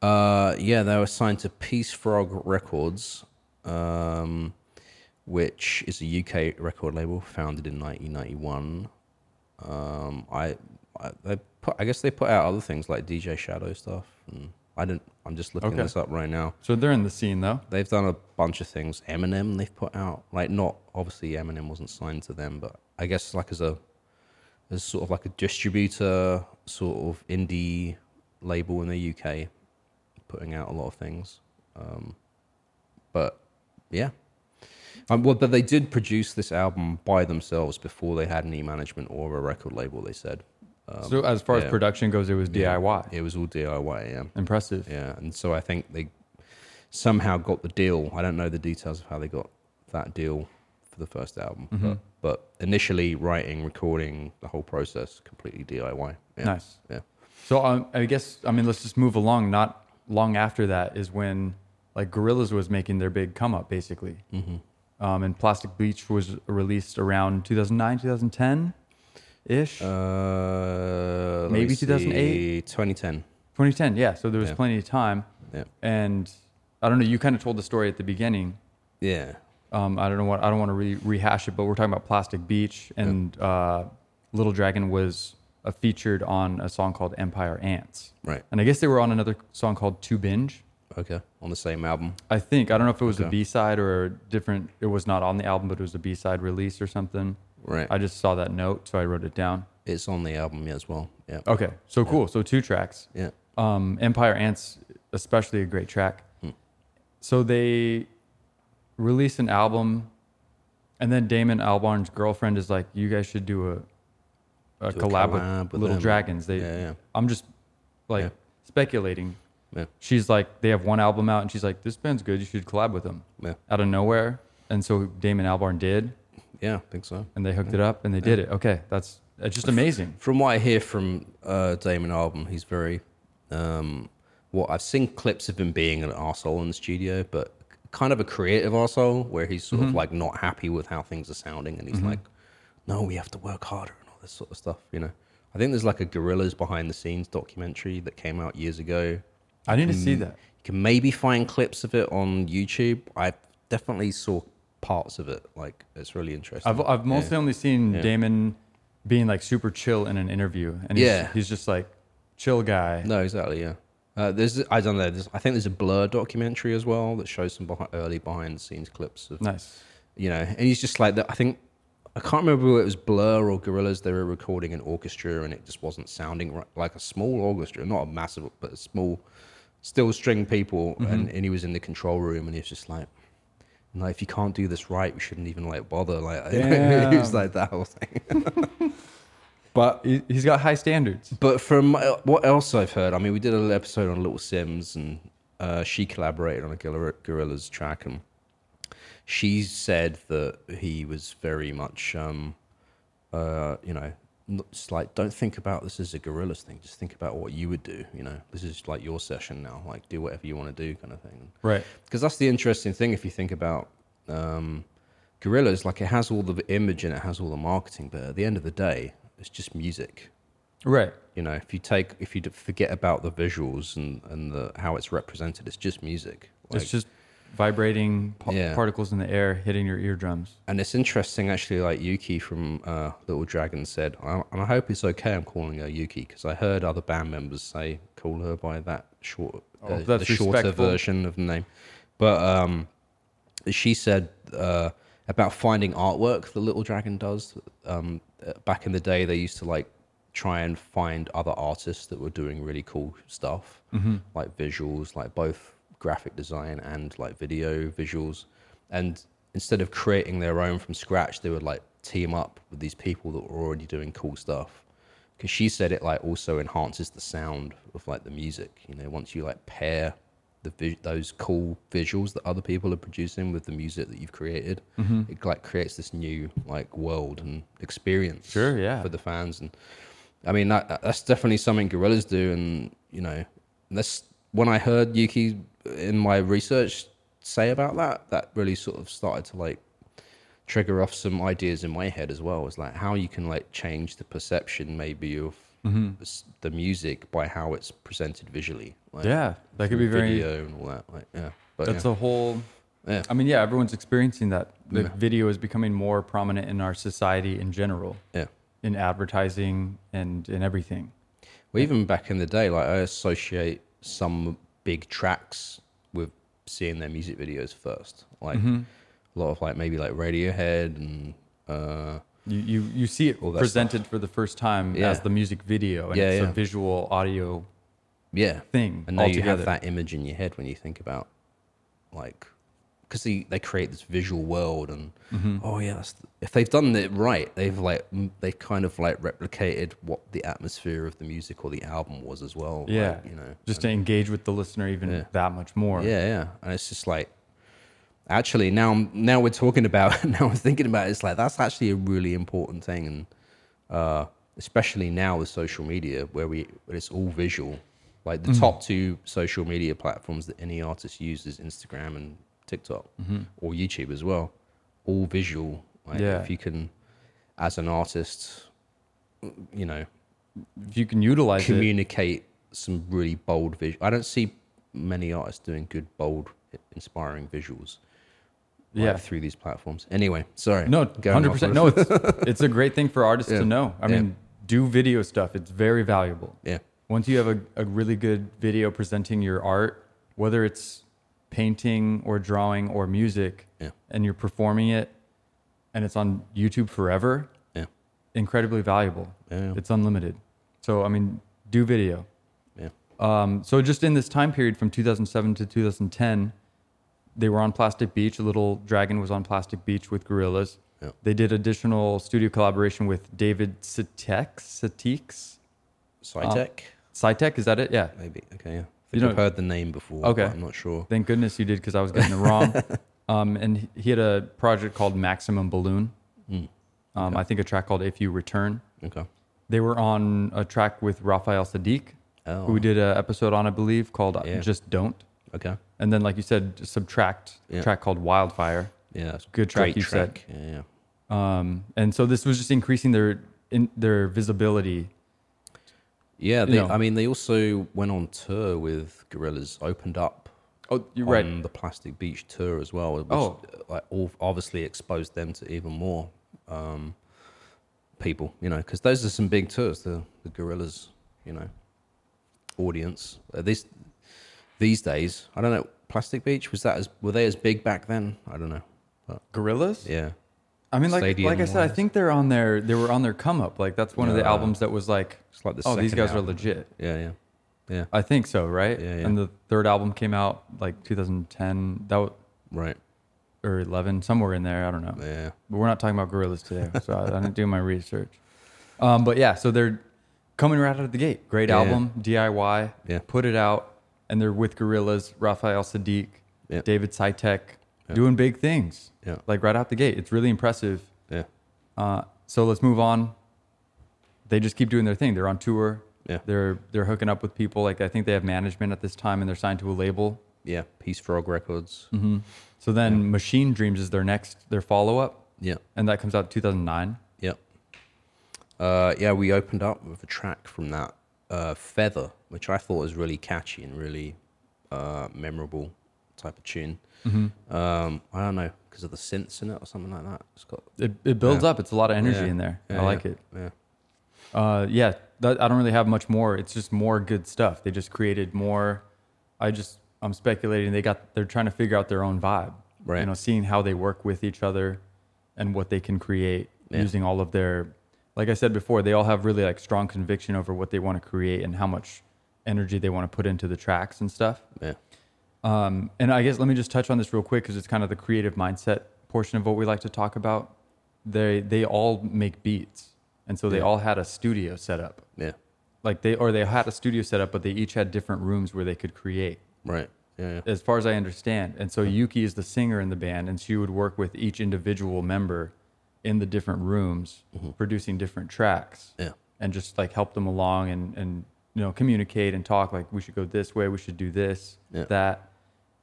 Uh, yeah, they were signed to Peace Frog Records, um, which is a UK record label founded in 1991. Um, I, I, they put, I guess they put out other things like DJ Shadow stuff and I didn't. I'm just looking
Okay.
this up right now.
So they're in the scene though.
They've done a bunch of things. Eminem, they've put out like not obviously Eminem wasn't signed to them, but I guess like as a as sort of like a distributor, sort of indie label in the UK, putting out a lot of things. Um, but yeah, um, well, but they did produce this album by themselves before they had any management or a record label. They said
so as far
Um, yeah.
as production goes, it was DIY.
it was all DIY. Yeah.
Impressive.
Yeah, and so I think they somehow got the deal. I don't know the details of how they got that deal for the first album,
Mm-hmm.
but, but initially writing, recording, the whole process completely DIY. Yeah.
Nice.
Yeah.
So um, I guess I mean let's just move along. Not long after that is when like Gorillaz was making their big come up basically, um, and Plastic Beach was released around 2009, 2010 ish,
Uh, let me
Maybe
see,
2008?
2010.
2010. Yeah, so there was
yeah.
plenty of time.
Yeah.
And I don't know. You kind of told the story at the beginning.
Yeah.
Um, I don't know what I don't want to re- rehash it, but we're talking about Plastic Beach, and uh, Little Dragon was uh, featured on a song called Empire Ants,
Right.
and I guess they were on another song called To Binge.
Okay. On the same album.
I think I don't know if it was a
Okay.
B side or a different. It was not on the album, but it was a B side release or something.
Right.
I just saw that note, so I wrote it down.
It's on the album yeah, as well. Yeah.
Okay, so cool. So two tracks.
Yeah.
Um, Empire Ants, especially a great track.
Hmm.
So they release an album, and then Damon Albarn's girlfriend is like, "You guys should do a a,
Do a
collab,
collab
with,
with
Little
them."
Dragons." They,
Yeah, yeah.
I'm just like
Yeah.
speculating.
Yeah.
She's like, they have one album out, and she's like, "This band's good. You should collab with them."
Yeah.
Out of nowhere, and so Damon Albarn did,
Yeah. I think so.
and they hooked it up, and they did it. Okay, that's it's just amazing.
from what I hear from uh, Damon Albarn, he's very. Um, well, I've seen clips of him being an arsehole in the studio, but kind of a creative arsehole where he's sort
Mm-hmm.
of like not happy with how things are sounding and he's like, no, we have to work harder and all this sort of stuff, you know? I think there's like a Gorillas behind the scenes documentary that came out years ago.
I need to see that.
You can maybe find clips of it on YouTube. I definitely saw parts of it. Like, it's really interesting.
I've, I've mostly only seen Damon being like super chill in an interview, and he's,
Yeah.
he's just like chill guy.
No, exactly. Yeah. Uh, there's, I don't know. There's, I think there's a Blur documentary as well that shows some behi- early behind-the-scenes clips of,
Nice.
you know, and he's just like that. I think I can't remember whether it was Blur or Gorillaz. They were recording an orchestra, and it just wasn't sounding right, like a small orchestra, not a massive, but a small, still string people. And, and he was in the control room, and he was just like, "No, if you can't do this right, we shouldn't even like bother." Like, he was
Damn.
like that whole thing.
But he, he's got high standards.
But from uh, what else I've heard, I mean, we did an episode on Little Sims, and uh, she collaborated on a Gorilla, Gorilla's track, and she said that he was very much, um, uh, you know, n- it's like don't think about this as a Gorillas thing. Just think about what you would do. You know, this is like your session now. Like do whatever you want to do, kind of thing
Right.
because that's the interesting thing if you think about um, gorillas like it has all the image and it has all the marketing but at the end of the day it's just music
Right.
you know if you take if you d- forget about the visuals and and the how it's represented it's just music Like-
it's just vibrating pa-
Yeah.
particles in the air hitting your eardrums.
and it's interesting actually like yuki from uh, little dragon said I, and i hope it's okay i'm calling her yuki because i heard other band members say call her by that short
Oh,
uh,
that's
the shorter
respectful.
version of the name but um she said uh, about finding artwork that Little Dragon does. Um, uh, back in the day, they used to like try and find other artists that were doing really cool stuff, like visuals, like both graphic design and like video visuals. And instead of creating their own from scratch, they would like team up with these people that were already doing cool stuff. Because she said it like also enhances the sound of like the music. You know, once you like pair the vi- those cool visuals that other people are producing with the music that you've created.
Mm-hmm.
It like creates this new like world and experience.
Sure, yeah.
For the fans, and I mean that that's definitely something gorillas do, and you know that's when I heard Yuki in my research say about that, that really sort of started to like trigger off some ideas in my head as well. It's like how you can like change the perception maybe of
Mm-hmm.
s- the music by how it's presented visually. Like,
Yeah, that could be very-
video and all that. Like, yeah, but
That's
yeah.
a whole.
Yeah.
I mean, yeah, everyone's experiencing that. The video is becoming more prominent in our society in general,
yeah.
in advertising and in everything.
Well, even back in the day, like I associate some big tracks with seeing their music videos first. Like
Mm-hmm.
a lot of like maybe like Radiohead and uh,
You, you, you see it
All that
presented for the first time
Yeah.
as the music video, and
Yeah,
it's a
yeah.
visual audio.
yeah
Thing
And now you
altogether.
have that image in your head when you think about like because they, they create this visual world and
Mm-hmm.
oh yeah that's if they've done it right they've like m- they've kind of like replicated what the atmosphere of the music or the album was as well like,
Yeah,
you know
just to engage with the listener even
Yeah.
that much more.
yeah, yeah. And it's just like, actually, now I'm- now we're talking about now I'm thinking about it, it's like that's actually a really important thing, and uh, especially now with social media where we where it's all visual. Like
Mm.
the top two social media platforms that any artist uses, Instagram and TikTok
Mm-hmm.
or YouTube as well, all visual. Like
Yeah.
If you can, as an artist, you know,
If you can utilize it,
communicate some really bold visual. I don't see many artists doing good, bold, inspiring visuals. like,
yeah,
through these platforms. Anyway, sorry.
No,
Going off
hundred percent.
on-
No, it's it's a great thing for artists
Yeah.
to know. I
Yeah.
mean, do video stuff. It's very valuable.
Yeah.
Once you have a, a really good video presenting your art, whether it's painting or drawing or music,
Yeah.
and you're performing it, and it's on YouTube forever,
Yeah.
incredibly valuable.
Yeah.
It's unlimited. So I mean, do video.
Yeah.
Um, so just in this time period from 2007 to 2010, they were on Plastic Beach. A little dragon was on Plastic Beach with Gorillas.
Yeah.
They did additional studio collaboration with David Sitek. Siteks,
Cytec,
Sitek, is that it? Yeah.
maybe. Okay. Yeah. I
You
think
know-
I've heard the name before.
Okay.
but I'm not sure.
Thank goodness you did because I was getting it wrong. um, and he- he had a project called Maximum Balloon.
Hmm.
Um, I think a track called If You Return.
Okay.
They were on a track with Raphael Sadiq, who we
Oh.
did an episode on, I believe, called uh,
Yeah.
Just Don't.
Okay.
And then, like you said, just subtract a
Yeah.
track called Wildfire.
Yeah. That's a
Good track
great
you said.
track. Yeah. Yeah.
Um, and so this was just increasing their in, their visibility.
Yeah,
You
they,
know.
I mean, they also went on tour with Gorillas, opened up
Oh, you're
on the Plastic Beach tour as well, which
Oh.
uh, like all obviously exposed them to even more um, people, you know, because those are some big tours. The the Gorillas, you know, audience. Uh, these these days, I don't know. Plastic Beach was that as were they as big back then? I don't know. But
Gorillas.
yeah,
I mean, like like I said, I
Stadium-wise.
think they're on their they were on their come up. Like that's one of the
Yeah.
albums that was like,
it's like the
oh, these
second
guys are
album.
legit.
Yeah, yeah, yeah.
I think so, right?
Yeah, yeah.
And the third album came out like 2010, that w-
Right.
or 11, somewhere in there. I don't know.
Yeah.
But we're not talking about gorillas today, so I, I didn't do my research. Um, but yeah, so they're coming right out of the gate. Great
Yeah.
album, DIY.
Yeah.
Put it out, and they're with gorillas, Raphael Sadiq,
Yeah.
David Sitek, doing big things.
Yeah.
Like right out the gate, it's really impressive.
Yeah.
Uh, so let's move on. They just keep doing their thing. They're on tour.
Yeah.
They're they're hooking up with people. Like I think they have management at this time, and they're signed to a label.
Yeah. Peace Frog Records.
So then Machine Dreams is their next their follow up,
Yeah.
and that comes out 2009.
Yep. Uh, yeah, we opened up with a track from that uh, Feather, which I thought was really catchy and really uh, memorable type of tune.
Mm-hmm.
Um, I don't know because of the synths in it or something like that. It's got
It, it builds
Yeah.
up. It's a lot of energy
Yeah.
in there.
Yeah,
I like
yeah,
it.
Yeah,
Uh, yeah, that, I don't really have much more. It's just more good stuff. They just created more. I just I'm speculating. They got they're trying to figure out their own vibe. You
Right.
know, seeing how they work with each other and what they can create
Yeah.
using all of their. Like I said before, they all have really like strong conviction over what they want to create and how much energy they want to put into the tracks and stuff.
yeah,
Um, and I guess let me just touch on this real quick because it's kind of the creative mindset portion of what we like to talk about. They they all make beats, and so they
Yeah.
all had a studio set up,
yeah.
like they or they had a studio set up, but they each had different rooms where they could create,
Right. Yeah, yeah.
as far as I understand. And so Yuki is the singer in the band, and she would work with each individual member in the different rooms, producing different tracks
Mm-hmm. yeah.
and just like help them along and and you know communicate and talk like we should go this way we should do this
Yeah.
that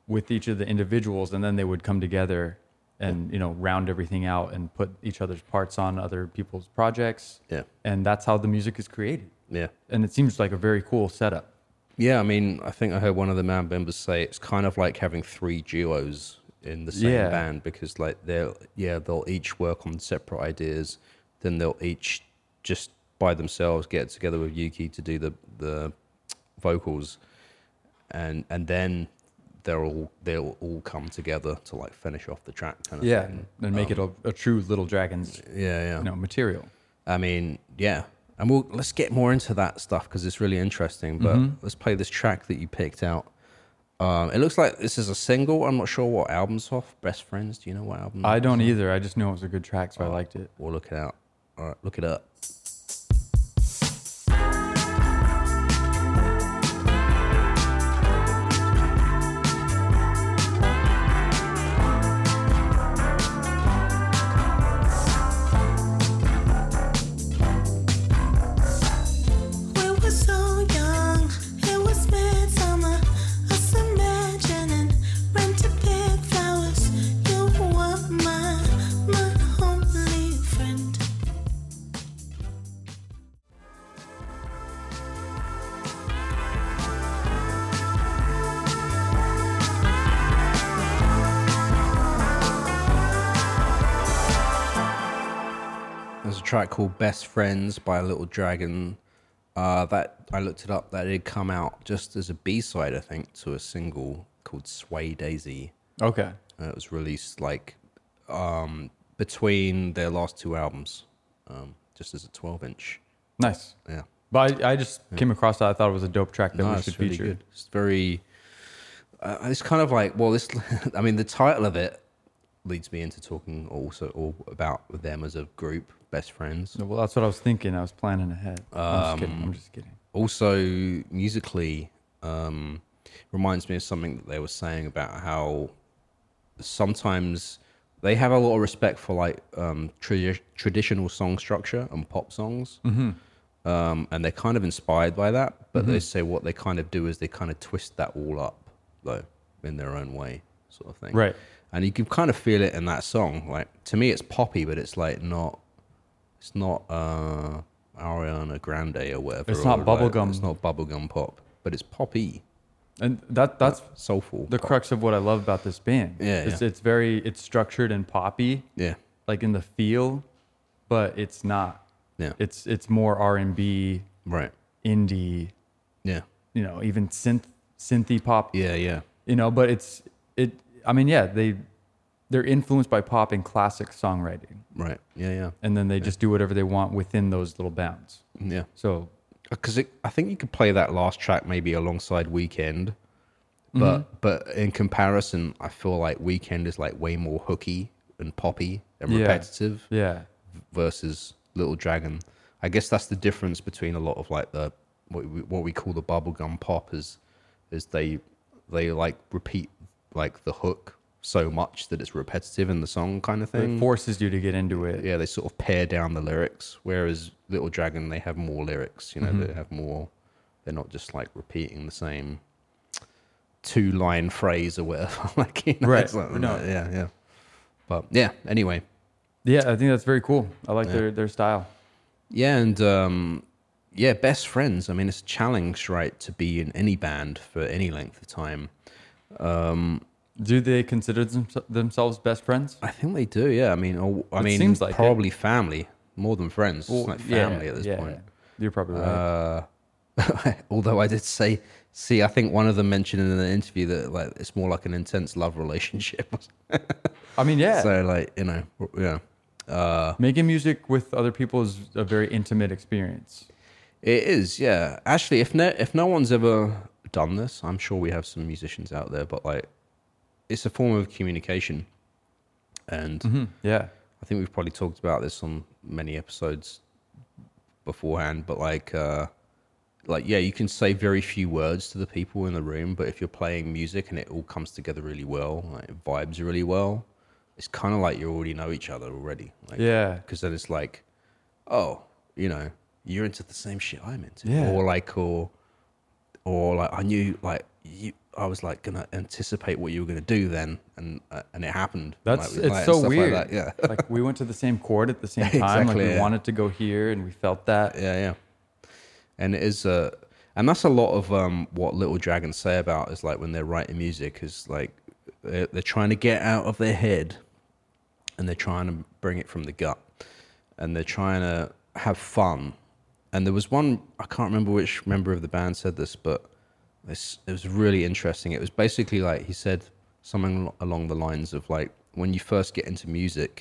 with each of the individuals and then they would come together and you know round everything out and put each other's parts on other people's projects
Yeah.
and that's how the music is created
Yeah.
and it seems like a very cool setup
Yeah, I mean, I think I heard one of the man members say it's kind of like having three duos in the same
Yeah.
band because, like, they'll yeah they'll each work on separate ideas, then they'll each just by themselves get together with Yuki to do the the vocals, and and then they're all they'll all come together to like finish off the track kind of
Yeah,
thing.
and make it a, a true Little Dragons,
Um, Yeah, yeah.
you know, material.
I mean, yeah. And we'll let's get more into that stuff because it's really interesting. But let's play this track that you picked out. Um, it looks like this is a single. I'm not sure what album's off. Best Friends. Do you know what album?
I don't either. I just know it was a good track, so I liked it.
We'll look it out. All right, look it up.
We were so young, it was midsummer. Us imagining rented pink flowers. You were my, my only friend.
There's a track called Best Friends by Little Dragon. Uh, that I looked it up. That did come out just as a B side, I think, to a single called Sway Daisy.
Okay.
And it was released like um, between their last two albums, um, just as a 12 inch.
Nice.
Yeah.
But I, I just came across that. I thought it was a dope track that
No,
we
it's
should
really
feature.
good. It's very. Uh, it's kind of like well, this. I mean, the title of it leads me into talking also all about them as a group, best friends.
Well, that's what I was thinking. I was planning ahead. I'm just kidding.
Um,
I'm just kidding.
also musically um, reminds me of something that they were saying about how sometimes they have a lot of respect for like um, tradi- traditional song structure and pop songs um, and they're kind of inspired by that but they say what they kind of do is they kind of twist that all up though in their own way sort of thing
Right.
and you can kind of feel it in that song like to me it's poppy but it's like not it's not uh, Ariana Grande or whatever.
It's not
or
bubblegum.
Like, it's not bubblegum pop, but it's poppy,
And that that's
soulful.
the
pop.
crux of what I love about this band.
Yeah,
It's,
yeah.
it's very it's structured and poppy,
Yeah,
like in the feel, but it's not.
Yeah.
It's it's more R and B,
right.
indie,
Yeah,
you know, even synth synthy pop.
yeah, yeah,
You know, but it's it. I mean, yeah, they they're influenced by pop and classic songwriting,
right. Yeah, yeah,
and then they just do whatever they want within those little bounds.
yeah.
So
Because Uh, I think you could play that last track maybe alongside Weekend, but but in comparison, I feel like Weekend is like way more hooky and poppy and
Yeah.
repetitive.
yeah,
versus Little Dragon. I guess that's the difference between a lot of like the what we, what we call the bubblegum pop is is they they like repeat like the hook so much that it's repetitive in the song kind of
it
thing.
forces you to get into it.
yeah, they sort of pare down the lyrics whereas Little Dragon they have more lyrics, you know,
Mm-hmm.
they have more they're not just like repeating the same two line phrase or whatever like you know,
Right.
it's like-
No.
yeah, yeah. But yeah, anyway,
Yeah, I think that's very cool. I like their their style.
Yeah, and um, yeah, best friends. I mean, it's a challenge, right, to be in any band for any length of time.
Do they consider them, themselves best friends?
I think they do. Yeah, I mean, or, I
It
mean,
seems like it.
probably family more than friends.
Well,
it's like
yeah,
family at this
yeah.
point. Uh,
You're probably right.
Although I did say, see, I think one of them mentioned in an interview that like it's more like an intense love relationship.
I mean, yeah,
so like you know, yeah,
making music with other people is a very intimate experience.
it is. Yeah, actually, if no if no one's ever done this, I'm sure we have some musicians out there, but like, it's a form of communication, and.
Yeah,
I think we've probably talked about this on many episodes beforehand, but like, uh, like yeah, you can say very few words to the people in the room, but if you're playing music and it all comes together really well, like it vibes really well, it's kind of like you already know each other already. Like,
Yeah.
because then it's like, oh, you know, you're into the same shit I'm into,
Yeah.
or like, or or like I knew like you. I was like gonna anticipate what you were gonna do then, and uh, and it happened.
that's
Like,
it's
like,
so
stuff like
weird.
that, yeah,
like we went to the same chord at the same time.
Exactly,
like we
yeah.
wanted to go here, and we felt that.
yeah, yeah. And it is uh, and that's a lot of um, what Little Dragons say about is like when they're writing music is like they're, they're trying to get out of their head, and they're trying to bring it from the gut, and they're trying to have fun. And there was one I can't remember which member of the band said this, but It's, it was really interesting. It was basically like he said something al- along the lines of like when you first get into music,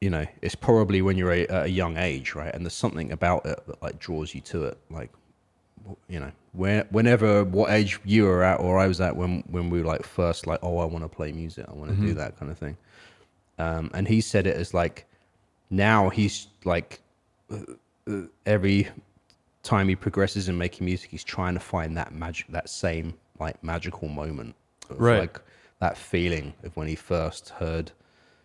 you know, it's probably when you're a, at a young age, right? And there's something about it that like draws you to it. Like, w- you know, where, whenever what age you were at or I was at when when we were like first like, oh, I want to play music, I want to do that kind of thing. Um, and he said it as like now he's like uh, uh, every time he progresses in making music, he's trying to find that magic, that same like magical moment, of,
Right.
Like that feeling of when he first heard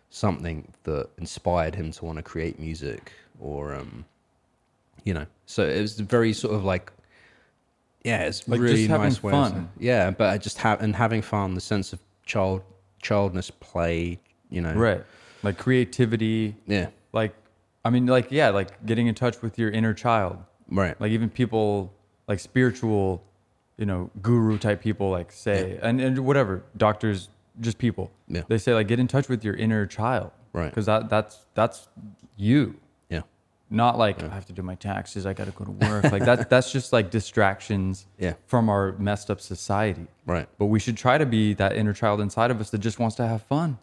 something that inspired him to want to create music, or um, you know. So it was very sort of like, yeah, it's
Like,
really
just having
nice way. of
fun.
saying- Yeah, but I just have and having fun, the sense of child childness play, you know.
Right. Like creativity.
Yeah.
Like, I mean, like, yeah, like getting in touch with your inner child.
Right.
like even people like spiritual you know guru type people like say and, and whatever doctors just people
Yeah.
they say like get in touch with your inner child
Right.
because that, that's that's you
yeah.
not like i have to do my taxes i gotta go to work like that that's just like distractions
Yeah.
from our messed up society
Right.
but we should try to be that inner child inside of us that just wants to have fun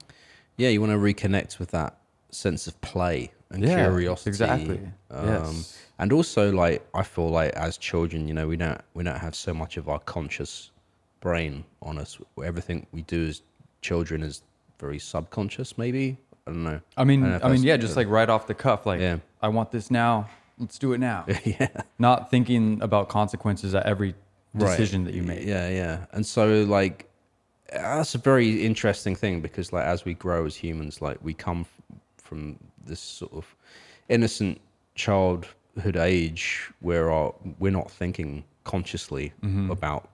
Yeah, you want to reconnect with that sense of play and
Yeah,
curiosity. Uh,
exactly.
Um,
Yes.
And also, like I feel like as children, you know, we don't we don't have so much of our conscious brain on us. Everything we do as children is very subconscious. Maybe I don't know.
i mean
don't know if
i mean
that's-
yeah just like right off the cuff like
Yeah.
i want this now let's do it now
yeah.
not thinking about consequences at every decision that you make.
Yeah, yeah. And so like that's a very interesting thing because like as we grow as humans, like we come f- from this sort of innocent childhood age where our, we're not thinking consciously
Mm-hmm.
about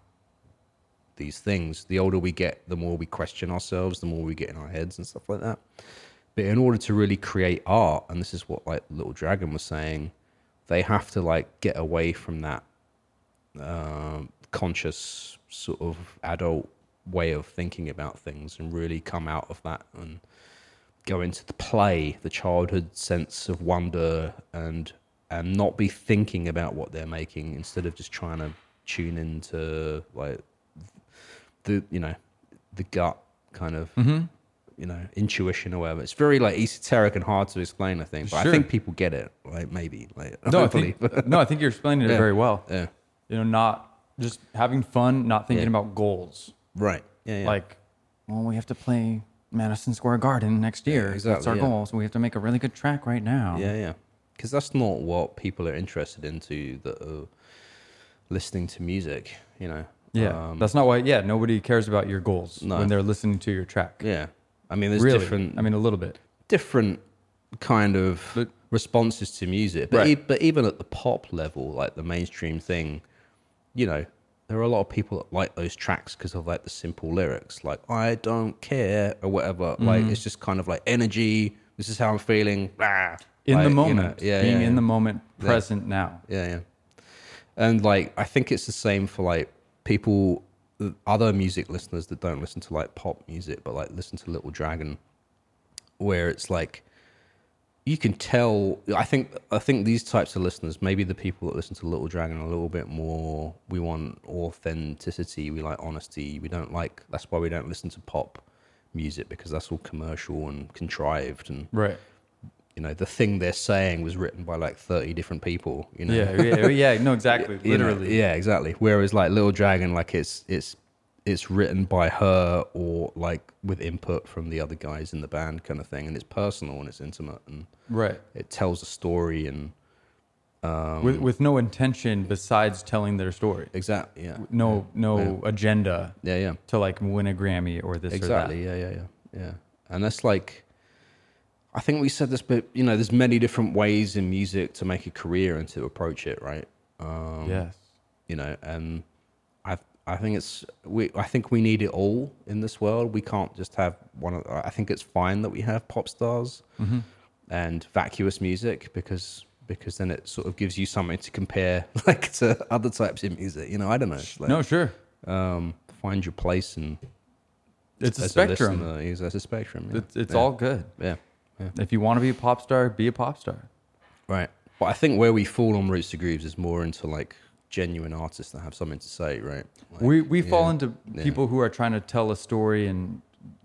these things. The older we get, the more we question ourselves, the more we get in our heads and stuff like that. But in order to really create art, and this is what like Little Dragon was saying, they have to like get away from that um, conscious sort of adult way of thinking about things and really come out of that and go into the play, the childhood sense of wonder and and not be thinking about what they're making instead of just trying to tune into like the you know the gut kind of
Mm-hmm.
you know intuition or whatever. It's very like esoteric and hard to explain, I think. But
Sure.
I think people get it, like maybe like
No, I
hopefully.
think, no, I think you're explaining it
Yeah.
very well.
yeah,
You know, not just having fun, not thinking
Yeah.
about goals.
right. Yeah, yeah.
Like, well, we have to play Madison Square Garden next year. That's
exactly,
our
yeah.
goal. So we have to make a really good track right now.
Yeah, yeah. Because that's not what people are interested into that are listening to music, you know?
Yeah.
Um,
That's not why, yeah, nobody cares about your goals
No.
when they're listening to your track.
yeah. I mean, there's
really.
different
I mean, a little bit.
different kind of
But-
responses to music. But,
Right.
e- but even at the pop level, like the mainstream thing, you know, there are a lot of people that like those tracks because of like the simple lyrics, like "I don't care" or whatever.
Mm-hmm.
Like it's just kind of like energy. This is how I'm feeling. Blah.
In
Like,
the
you know,
moment.
yeah,
Being
yeah,
in
yeah.
the moment, present now.
yeah, yeah. And like, I think it's the same for like people, other music listeners that don't listen to like pop music, but like listen to Little Dragon, where it's like you can tell. I think I think these types of listeners, maybe the people that listen to Little Dragon, are a little bit more. We want authenticity. We like honesty. We don't like. That's why we don't listen to pop music because that's all commercial and contrived and
Right.
you know the thing they're saying was written by like 30 different people you know
Yeah. Yeah. yeah no, exactly.
you know,
Literally.
yeah, exactly. Whereas like Little Dragon, like it's it's it's written by her or like with input from the other guys in the band kind of thing, and it's personal and it's intimate and
Right.
it tells a story and Um,
with, with no intention besides telling their story.
exactly yeah
no no agenda
yeah yeah
to like win a Grammy or this or
exactly yeah yeah yeah yeah and that's like i think we said this but you know there's many different ways in music to make a career and to approach it right
that.
um,
yes.
you know and i i think it's we i think we need it all in this world we can't just have one of i think it's fine that we have pop stars
Mm-hmm.
and vacuous music because because then it sort of gives you something to compare like to other types of music you know i don't know It's like,
No, sure.
um find your place and
It's a
as
spectrum.
a listener, as a spectrum yeah.
it's it's
Yeah.
all good.
yeah yeah
If you want to be a pop star, be a pop star.
Right. But I think where we fall on Roots to Grooves is more into like genuine artists that have something to say, right? Like,
we we fall
yeah,
into
yeah.
people who are trying to tell a story and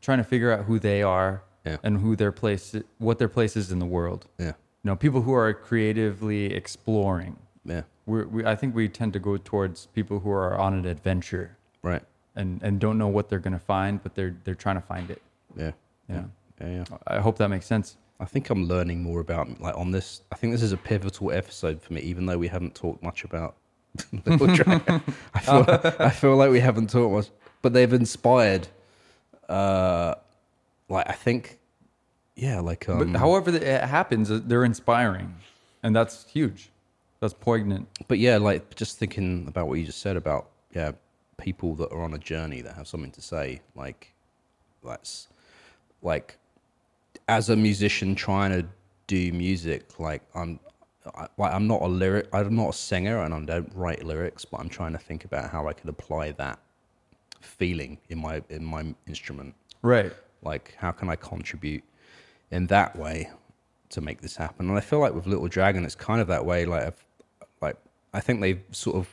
trying to figure out who they are
Yeah.
and who their place, what their place is in the world.
Yeah,
You know, people who are creatively exploring.
yeah,
We're, we, I think we tend to go towards people who are on an adventure
right.
and, and don't know what they're going to find, but they're they're trying to find it.
Yeah,
Yeah.
yeah, yeah.
I hope that makes sense.
I think I'm learning more about like on this. I think this is a pivotal episode for me, even though we haven't talked much about Little Dragon. I feel, I feel like we haven't talked much, but they've inspired. Uh, like I think, yeah, like um,
But however th- it happens, uh, they're inspiring, and that's huge. That's poignant.
but yeah, like just thinking about what you just said about yeah, people that are on a journey that have something to say, like that's like as a musician trying to do music, like I'm I, like I'm not a lyric, I'm not a singer, and I don't write lyrics, but I'm trying to think about how I could apply that feeling in my in my instrument.
Right.
Like, how can I contribute in that way to make this happen? And I feel like with Little Dragon, it's kind of that way. Like, I've, like I think they've sort of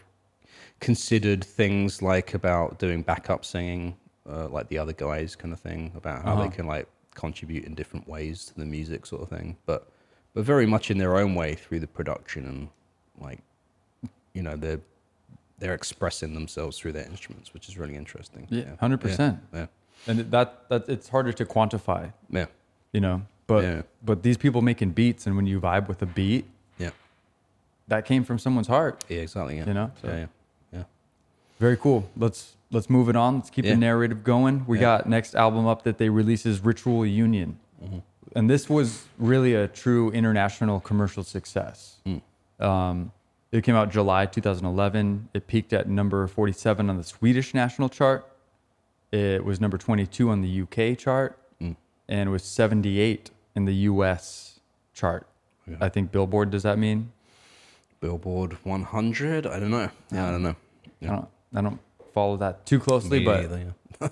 considered things like about doing backup singing, uh, like the other guys kind of thing, about how they can like contribute in different ways to the music sort of thing. But but very much in their own way through the production and like you know they're they're expressing themselves through their instruments, which is really interesting.
Yeah, 100%.
Yeah.
And that that it's harder to quantify,
Yeah.
you know. But
Yeah.
but these people making beats, and when you vibe with a beat,
Yeah.
that came from someone's heart.
Yeah, exactly. Yeah.
You know?
So, yeah, yeah.
Very cool. Let's let's move it on. Let's keep
Yeah.
the narrative going. We got next album up that they release is Ritual Union,
Mm-hmm.
and this was really a true international commercial success.
Mm.
Um, it came out July 2011. It peaked at number 47 on the Swedish national chart. It was number 22 on the UK chart,
Mm.
and it was 78 in the US chart. I think Billboard. Does that mean?
Billboard 100. I don't know. Yeah, I don't know. Yeah.
I don't. I don't follow that too closely,
Me
but.
either, yeah.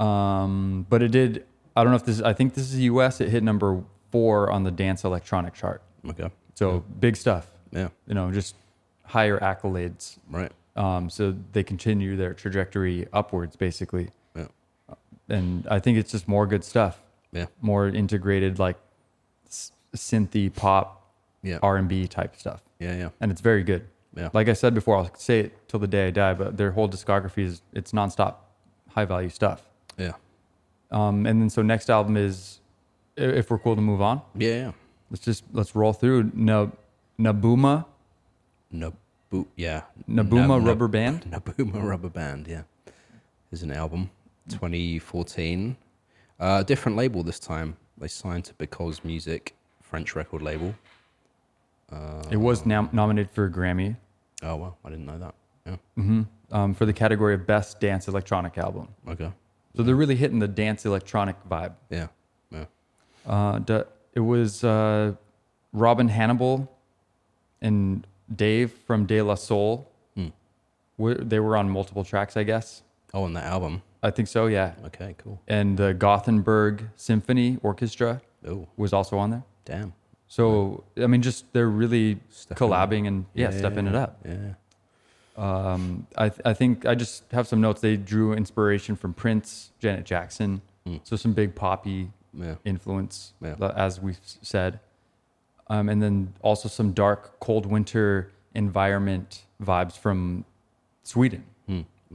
Um, but it did. I don't know if this. I think this is U.S. It hit number four on the dance electronic chart.
okay.
So big stuff.
Yeah,
You know, just higher accolades.
right.
Um, so they continue their trajectory upwards, basically.
Yeah,
And I think it's just more good stuff,
yeah,
more integrated, like s- synthy pop,
Yeah.
R and B type stuff.
yeah, yeah.
And it's very good.
Yeah.
Like I said before, I'll say it till the day I die. But their whole discography is it's nonstop, high value stuff.
Yeah,
Um, and then so next album is i- if we're cool to move on.
yeah, yeah.
Let's just let's roll through Na, Nabuma
Nabu- yeah.
Nabuma
Nab-
Rubber
Nab-
Band?
Nabuma Rubber Band, yeah. Is an album, 2014. Uh, different label this time. They signed to Because Music, French record label.
it was nom- nominated for a Grammy
Oh, wow. I didn't know that. Yeah,
um, for the category of best dance electronic album.
okay.
So they're really hitting the dance electronic vibe.
Yeah, yeah.
Uh, d- it was uh, Robin Hannibal and Dave from De La Soul. Were- they were on multiple tracks, I guess.
Oh, and that album.
I think so, yeah.
Okay, cool.
And the Gothenburg Symphony Orchestra
Oh,
was also on there.
damn.
So I mean, just they're really collabing and yeah, stepping it up.
Yeah.
Um, I th- I think I just have some notes. They drew inspiration from Prince, Janet Jackson, so some big poppy
Yeah.
influence,
Yeah.
uh, as we've s- said, um, and then also some dark, cold winter environment vibes from Sweden,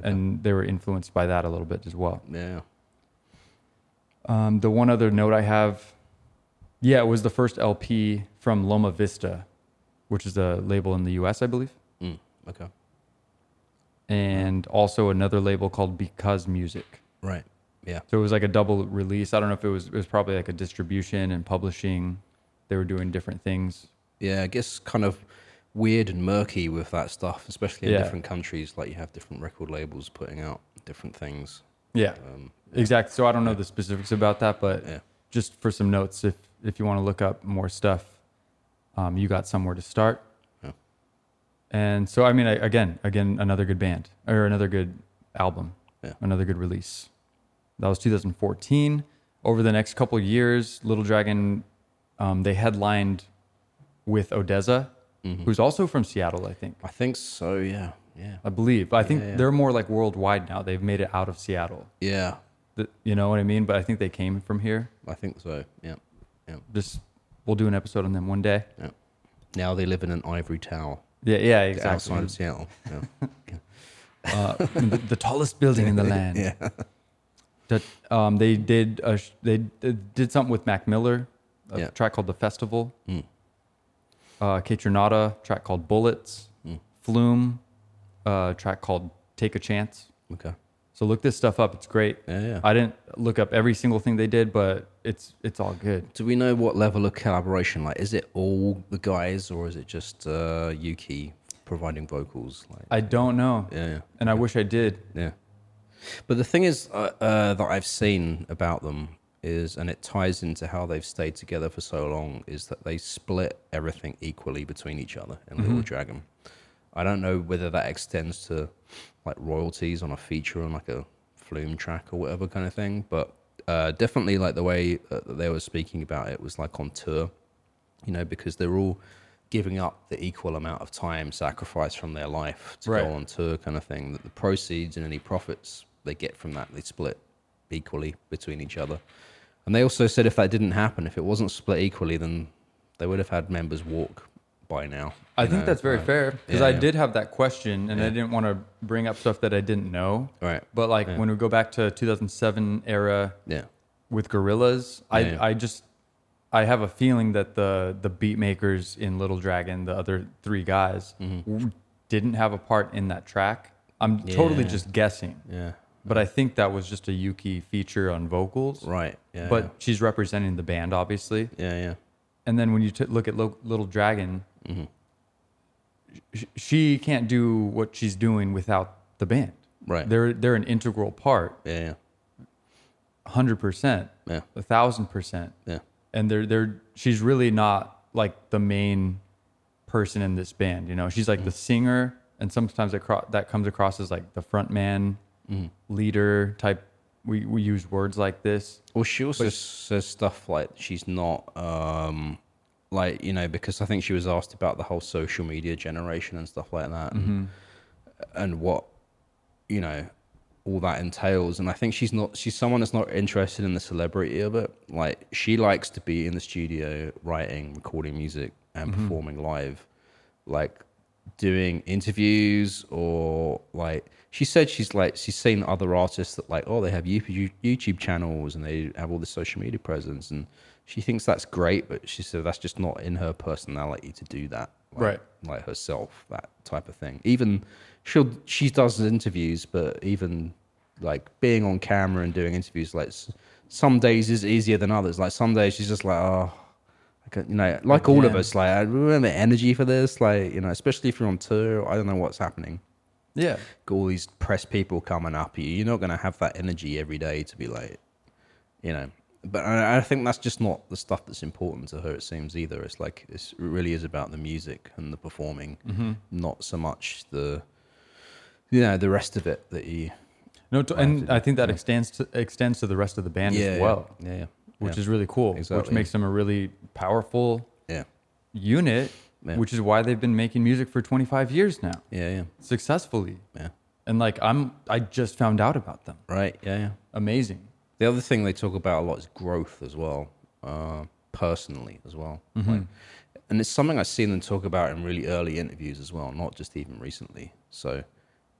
and they were influenced by that a little bit as well.
hmm, Yeah.
Um, the one other note I have, yeah, it was the first LP from Loma Vista, which is a label in the U.S., I believe,
Mm, okay.
and also another label called Because Music.
Right. Yeah.
So it was like a double release. I don't know if it was it was probably like a distribution and publishing. They were doing different things.
Yeah. I guess kind of weird and murky with that stuff, especially in
Yeah.
different countries. Like you have different record labels putting out different things.
Yeah, exactly. So I don't know the specifics about that, but
Um, Yeah.
just for some notes, if if you want to look up more stuff, um, you got somewhere to start.
Yeah.
And so I mean, I, again, again, another good band or another good album,
Yeah.
another good release. That was 2014. Over the next couple of years, Little Dragon, um, they headlined with Odessa
Mm-hmm.
who's also from Seattle, I think.
I think so. Yeah. Yeah.
I believe. I think they're more like worldwide now. They've made it out of Seattle.
Yeah.
The- you know what I mean? But I think they came from here.
I think so. Yeah. Yeah.
Just we'll do an episode on them one day.
Yeah. Now they live in an ivory tower
Yeah, yeah, exactly.
outside of Seattle. Yeah.
uh, in the, the tallest building in the land.
yeah.
That, um, they did a sh- they d- did something with Mac Miller, a
Yeah. Mm.
track called The Festival. Uh, Kate Renata, track called Bullets.
Mm.
Flume, uh, track called Take a Chance.
Okay.
So look this stuff up. It's great.
Yeah, yeah.
I didn't look up every single thing they did, but it's it's all good.
Do we know what level of collaboration? Like, is it all the guys, or is it just uh, Yuki providing vocals? Like,
I don't know.
Yeah, yeah.
And I wish I did.
yeah. But the thing is uh, uh, that I've seen about them is, and it ties into how they've stayed together for so long, is that they split everything equally between each other in Little Dragon. I don't know whether that extends to like royalties on a feature on like a flume track or whatever kind of thing, but uh, definitely like the way uh, that they were speaking about it was like on tour, you know, because they're all giving up the equal amount of time sacrifice from their life to
Right.
go on tour kind of thing that the proceeds and any profits they get from that they split equally between each other and they also said if that didn't happen if it wasn't split equally then they would have had members walk by now
I
you
think
know,
that's very
like-
fair because
Yeah,
I
yeah.
did have that question and I didn't want to bring up stuff that I didn't know.
Right.
But like when we go back to 2007 era
yeah
with gorillas, I
Yeah.
I just I have a feeling that the the beat makers in Little Dragon, the other three guys,
Mm-hmm.
w- didn't have a part in that track. I'm totally
Yeah.
just guessing.
yeah
But I think that was just a Yuki feature on vocals.
right yeah
But she's representing the band, obviously.
yeah yeah
and then when you t- look at Lo- Little Dragon,
Mm-hmm.
sh- she can't do what she's doing without the band.
Right.
They're they're an integral part,
yeah yeah
hundred percent,
Yeah.
a thousand percent.
yeah
And they're they're she's really not like the main person in this band. You know, she's like the
Mm.
singer, and sometimes that cro- that comes across as like the front man,
Mm-hmm.
leader type. We we use words like this.
Well, she also says stuff like she's not, um, like, you know, because I think she was asked about the whole social media generation and stuff like that and, and what, you know, all that entails. And I think she's not, she's someone that's not interested in the celebrity of it. Like, she likes to be in the studio writing, recording music, and performing live. Like, doing interviews or like she said she's like she's seen other artists that like oh they have YouTube YouTube channels and they have all this social media presence and she thinks that's great but she said that's just not in her personality to do that like,
Right.
like herself that type of thing even she'll she does interviews but even like being on camera and doing interviews like s- some days is easier than others like some days she's just like oh I can, you know, like all of
Yeah.
us, like I don't have the energy for this, like you know, especially if you're on tour. I don't know what's happening.
Yeah.
Got all these press people coming up at you. You're not going to have that energy every day to be like, you know. But I, I think that's just not the stuff that's important to her. It seems either. It's like it's, it really is about the music and the performing,
Mm-hmm.
not so much the, you know, the rest of it that you.
No, to, and I think that extends to extends to the rest of the band as well.
yeah, yeah,
which
yeah.
is really cool, which
Exactly.
makes them a really powerful
yeah,
unit,
Yeah.
which is why they've been making music for 25 years now,
yeah, yeah,
successfully.
yeah.
And like I'm, I just found out about them.
Right, yeah, yeah.
Amazing.
The other thing they talk about a lot is growth as well, uh, personally as well.
Mm-hmm.
Like, and it's something I've seen them talk about in really early interviews as well, not just even recently. So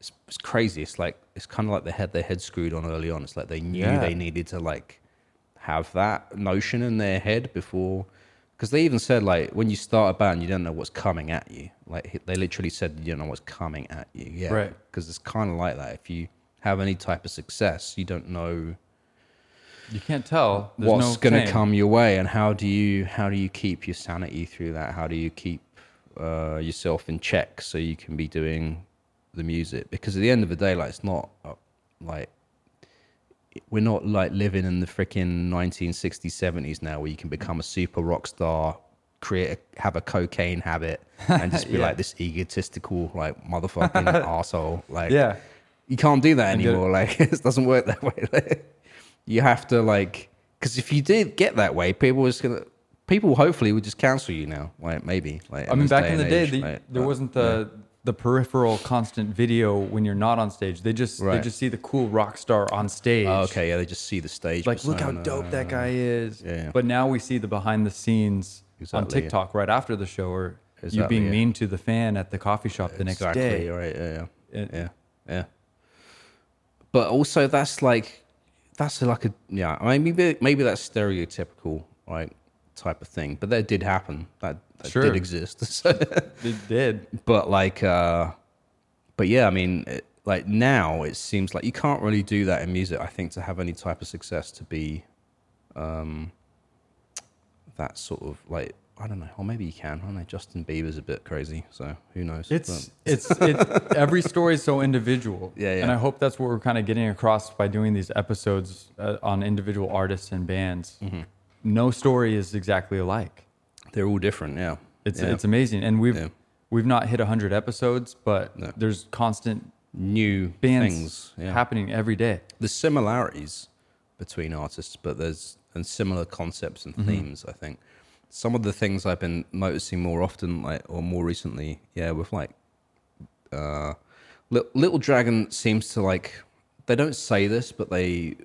it's, it's crazy. It's like it's kind of like they had their head screwed on early on. It's like they knew
Yeah.
they needed to like have that notion in their head before. Because they even said like when you start a band, you don't know what's coming at you. Like they literally said you don't know what's coming at you. Yeah,
Right.
Because it's kind of like that. If you have any type of success, you don't know
You can't tell. There's
what's
no
going
saying.
to come your way and how do you how do you keep your sanity through that how do you keep uh, yourself in check so you can be doing the music because at the end of the day like it's not uh, like we're not like living in the freaking 1960s 70s now where you can become a super rock star create a, have a cocaine habit and just be
Yeah.
like this egotistical like motherfucking asshole like
Yeah.
you can't do that
get it.
anymore. Like it doesn't work that way. you have to like because if you did get that way, people was gonna people hopefully would just cancel you now. Like maybe. Like
I mean,
this
back in
and
the day,
age,
the,
like,
there
but-
wasn't the the peripheral constant video when you're not on stage. They just they
Right.
just see the cool rock star on stage.
Oh, okay, yeah, they just see the stage.
Like, look how
persona.
dope that guy is.
Yeah.
But now we see the behind the scenes on
Exactly, yeah.
TikTok right after the show, or you
Exactly,
being
yeah.
mean to the fan at the coffee shop the next
exactly,
day.
Right? Yeah, yeah,
And-
yeah, yeah. But also, that's like, that's like a yeah. I mean, maybe maybe that's stereotypical, right? Type of thing. But that did happen. That, that
Sure.
did exist. So,
They did.
but like, uh but yeah, I mean, it, like now it seems like you can't really do that in music. I think to have any type of success to be, um, that sort of like. I don't know, or maybe you can. I don't know. Justin Bieber's a bit crazy, so who knows? But-
It's it's it, every story is so individual.
Yeah, yeah.
And I hope that's what we're kind of getting across by doing these episodes uh, on individual artists and bands.
Mm-hmm.
No story is exactly alike.
They're all different, yeah.
It's
Yeah.
it's amazing, and we've
Yeah.
we've not hit hundred episodes, but
No.
there's constant
new
bands
things. Yeah.
happening every day.
There's similarities between artists, but there's and similar concepts and themes. I think some of the things I've been noticing more often, like or more recently, yeah, with like uh, Lit- Little Dragon seems to like they don't say this, but they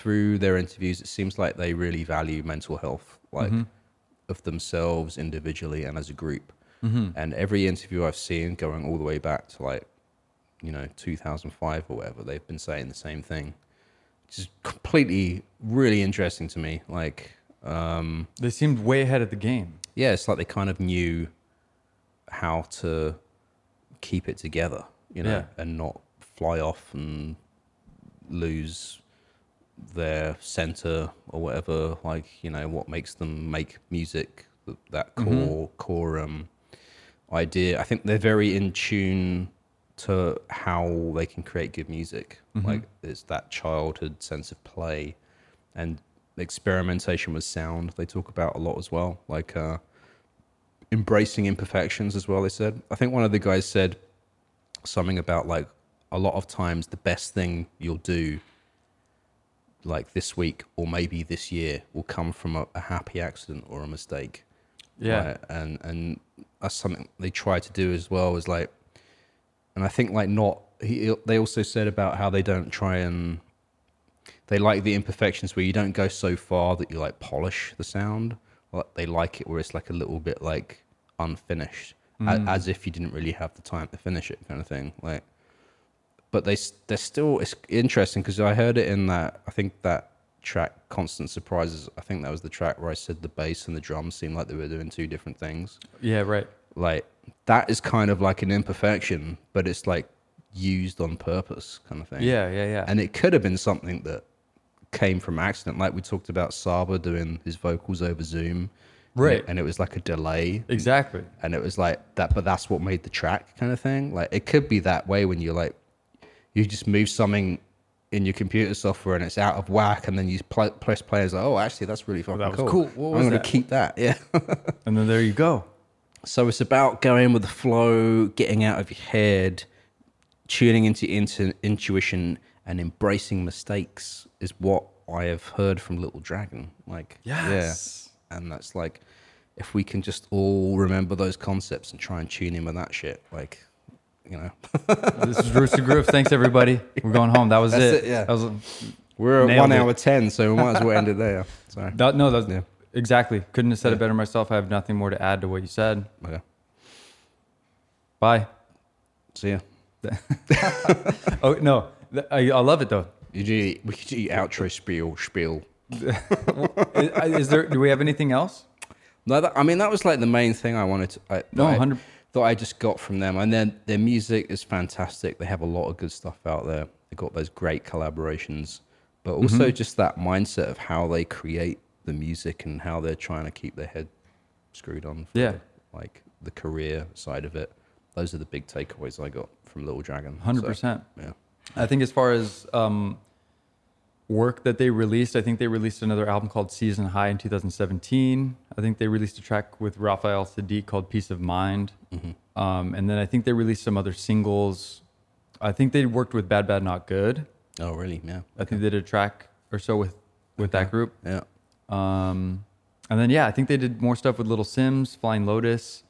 through their interviews, it seems like they really value mental health, like of themselves individually and as a group. And every interview I've seen, going all the way back to like you know 2005 or whatever, they've been saying the same thing, which is completely really interesting to me. Like, um,
They seemed way ahead of the game.
yeah, it's like they kind of knew how to keep it together, you know,
Yeah.
and not fly off and lose their center or whatever. Like, you know, what makes them make music th- that core core um, idea. I think they're very in tune to how they can create good music. Like, it's that childhood sense of play and experimentation with sound. They talk about a lot as well, like. Uh, embracing imperfections as well. They said. I think one of the guys said something about like a lot of times the best thing you'll do, like this week or maybe this year, will come from a, a happy accident or a mistake.
Yeah.
Right? and and that's something they try to do as well. Is like, and I think like not. He, they also said about how they don't try and they like the imperfections where you don't go so far that you like polish the sound. Like they like it where it's like a little bit like unfinished, a, as if you didn't really have the time to finish it, kind of thing. Like, but they s- they're still it's interesting because I heard it in that I think that track "Constant Surprises." I think that was the track where I said the bass and the drums seemed like they were doing two different things
Yeah. Right.
like that is kind of like an imperfection, but it's like used on purpose kind of thing.
Yeah. Yeah. Yeah.
And it could have been something that came from accident. Like we talked about Saba doing his vocals over Zoom. and it-
Right.
And it was like a delay.
exactly.
And it was like that, but that's what made the track kind of thing. Like it could be that way when you're like, you just move something in your computer software and it's out of whack, and then you pl- press play and it's like, oh, actually, that's really fucking
that was
cool.
cool. What was
I'm going
that?
to keep that. Yeah.
And then there you go.
So it's about going with the flow, getting out of your head, tuning into intu- intuition, and embracing mistakes is what I have heard from Little Dragon. Like,
Yes.
yeah, and that's like, if we can just all remember those concepts and try and tune in with that shit, like, you know,
This is Rooster Groove. Thanks everybody. We're going home. That was
That's
it.
it, yeah.
That was
we're at
Nailed
one
it.
hour ten, so we might as well end it there. Sorry.
that, no. That
Yeah.
exactly. Couldn't have said it better myself. I have nothing more to add to what you said.
Okay.
Bye.
See ya.
Oh no. Th- I, I love it though.
You do, we could do outro spiel spiel.
is, is there? Do we have anything else?
No, that, I mean that was like the main thing I wanted to. I,
No,
that I-
100
that I just got from them, and then their music is fantastic. They have a lot of good stuff out there. They got those great collaborations, but
Mm-hmm.
also just that mindset of how they create the music and how they're trying to keep their head screwed on. For
Yeah.
the- like the career side of it. Those are the big takeaways I got from Little Dragon.
Hundred
So,
percent.
Yeah.
I think as far as um, work that they released, I think they released another album called Season High in 2017. I think they released a track with Raphael Sadiq called Peace of Mind. Um, and then I think they released some other singles. I think they worked with Bad Bad Not Good.
Oh, really? Yeah.
I think they did a track or so with with that group.
Yeah.
Um, And then yeah, I think they did more stuff with Little Sims, Flying Lotus.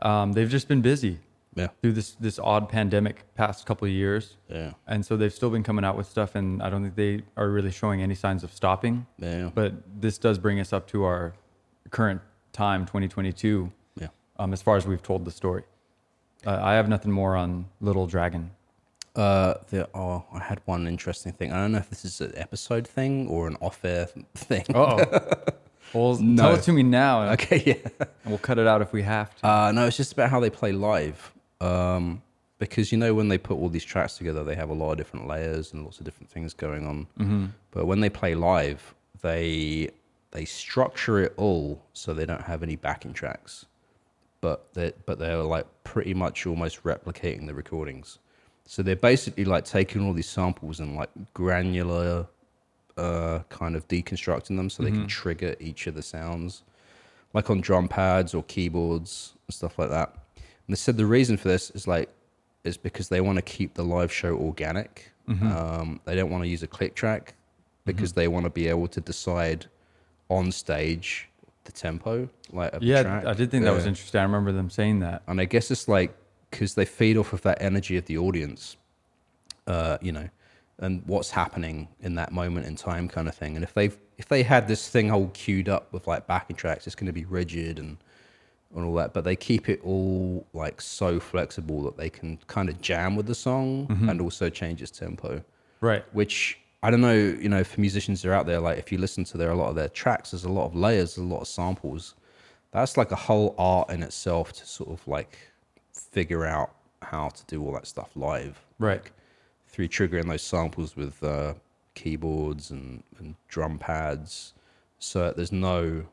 Um, they've just been busy
Yeah.
through this this odd pandemic past couple of years.
Yeah.
And so they've still been coming out with stuff, and I don't think they are really showing any signs of stopping.
Yeah.
But this does bring us up to our current time, 2022,
Yeah.
um, as far as we've told the story. Uh, I have nothing more on Little Dragon.
Uh, there are. I had one interesting thing. I don't know if this is an episode thing or an off-air thing.
Oh, well, tell it to me now, and
Okay, yeah.
we'll cut it out if we have to.
Uh, no, it's just about how they play live. Um, because you know when they put all these tracks together, they have a lot of different layers and lots of different things going on. But when they play live, they they structure it all so they don't have any backing tracks. But they but they're like pretty much almost replicating the recordings. So they're basically like taking all these samples and like granular uh, kind of deconstructing them so they
Mm-hmm.
can trigger each of the sounds, like on drum pads or keyboards and stuff like that. And they said the reason for this is like is because they want to keep the live show organic.
Mm-hmm.
Um, they don't want to use a click track because they want to be able to decide on stage the tempo, like of the
yeah,
track.
I did think that was
Yeah.
interesting. I remember them saying that.
And I guess it's like because they feed off of that energy of the audience, uh, you know, and what's happening in that moment in time, kind of thing. And if they've if they had this thing all queued up with like backing tracks, it's going to be rigid and and all that. But they keep it all like so flexible that they can kind of jam with the song and also change its tempo
Right.
which I don't know, you know, for musicians that are out there, like if you listen to their a lot of their tracks, there's a lot of layers, there's a lot of samples. That's like a whole art in itself to sort of like figure out how to do all that stuff live.
Right.
Through triggering those samples with uh, keyboards and, and drum pads. So there's no,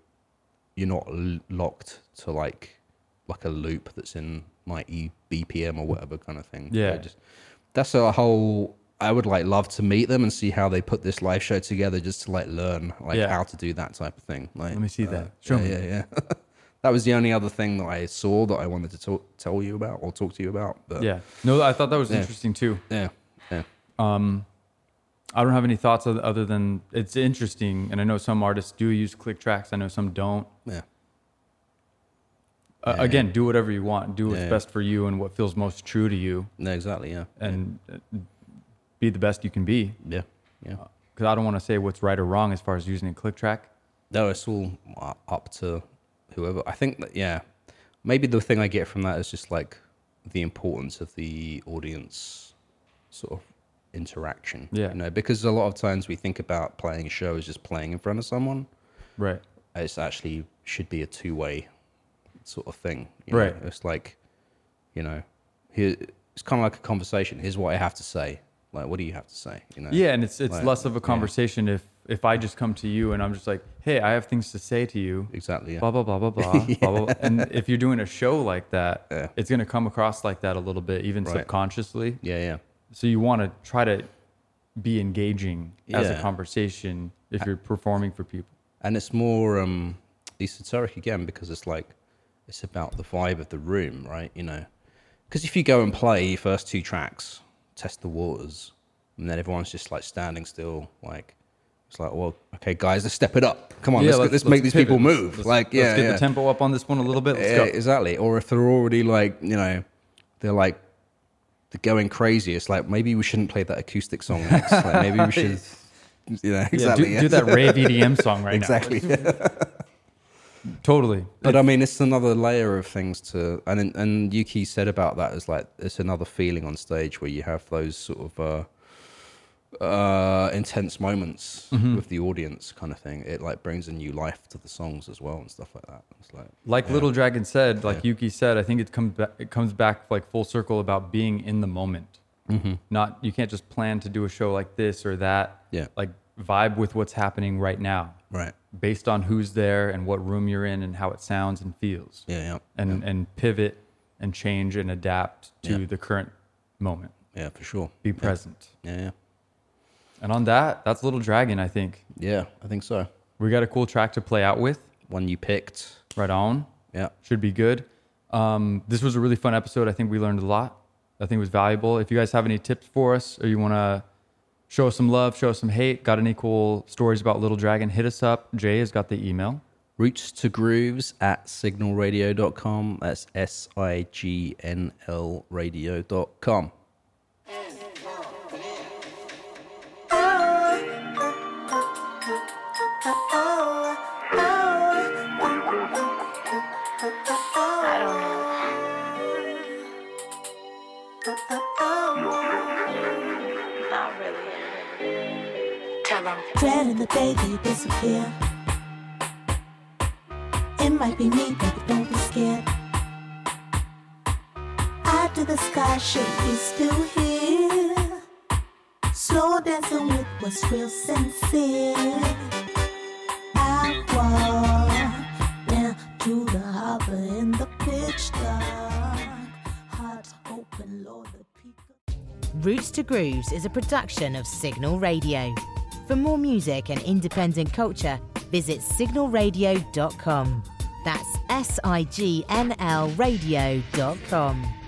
you're not l- locked to like, like a loop that's in like E BPM or whatever kind of thing.
Yeah.
It just- that's a whole i would like love to meet them and see how they put this live show together just to like learn like
Yeah.
how to do that type of thing like uh,
Let me see that. Show
yeah,
me.
yeah yeah that was the only other thing that i saw that i wanted to talk, tell you about or talk to you about but
Yeah. No, I thought that was interesting too.
Uh, yeah yeah
I don't have any thoughts oth- other than it's interesting, and I know some artists do use click tracks. I know some don't.
yeah
Uh, Again, do whatever you want. Do what's
Yeah.
best for you and what feels most true to you,
no exactly yeah
and uh, be the best you can be.
yeah yeah
Because I don't want to say what's right or wrong as far as using a click track.
no it's all uh, up to whoever i think that yeah maybe the thing i get from that is just like the importance of the audience sort of interaction
Yeah.
you know because a lot of times we think about playing a show as just playing in front of someone
Right.
it's actually should be a two-way sort of thing you know?
Right.
it's like you know here it's kind of like a conversation here's what i have to say like what do you have to say you know
Yeah, and it's it's
Like,
less of a
yeah.
conversation if if I just come to you and I'm just like, hey, I have things to say to you.
exactly yeah.
Blah blah blah blah blah, blah, blah blah. And if you're doing a show like that,
Yeah.
it's gonna come across like that a little bit, even
Right.
subconsciously.
yeah yeah
So you want to try to be engaging as a
Yeah.
conversation if you're performing for people.
and it's more um esoteric again because it's like it's about the vibe of the room right you know because if you go and play your first two tracks test the waters and then everyone's just like standing still like it's like well okay guys let's step it up come on let's, let's, make these
pivot.
people
Let's-
move
let's-
like yeah
let's get
yeah.
the tempo up on this one a little bit. Let's
Yeah,
go.
exactly. Or if they're already like, you know, they're like they're going crazy. It's like maybe we shouldn't play that acoustic song next. like maybe we should, you know,
Yeah, do-
exactly.
do,
yeah.
that rave EDM song right
exactly.
now. Totally.
But I mean, it's another layer of things to, and and Yuki said about that is like it's another feeling on stage where you have those sort of uh, uh, intense moments with the audience, kind of thing. It like brings a new life to the songs as well and stuff like that. It's like
Like Little Dragon said, like Yuki said, I think it comes back, it comes back like full circle about being in the moment. Not you can't just plan to do a show like this or that.
Yeah.
Like vibe with what's happening right now,
right,
based on who's there and what room you're in and how it sounds and feels.
yeah, yeah,
and and pivot and change and adapt to
Yeah.
the current moment.
yeah, for sure.
Be present.
Yeah, yeah,
And on that, that's Little Dragon, I think.
yeah. I think so.
We got a cool track to play out with.
One you picked.
Right on.
Yeah,
Should be good. Um, this was a really fun episode. I think we learned a lot. I think it was valuable. If you guys have any tips for us or you want to show us some love, show us some hate, got any cool stories about Little Dragon, hit us up. Jay has got the email.
Roots to Grooves at signalradio.com. That's S I G N L radio.com.
Not really. Tell them.
Dread in the day that you disappear. It might be me, baby, don't be scared. Eye to the sky, shake is still here. Slow dancing with what's real sincere. I walk down to the harbor in the pitch dark. Heart open, Lord, the peak.
Roots to Grooves is a production of Signal Radio. For more music and independent culture, visit signalradio.com. That's S I G N L radio.com.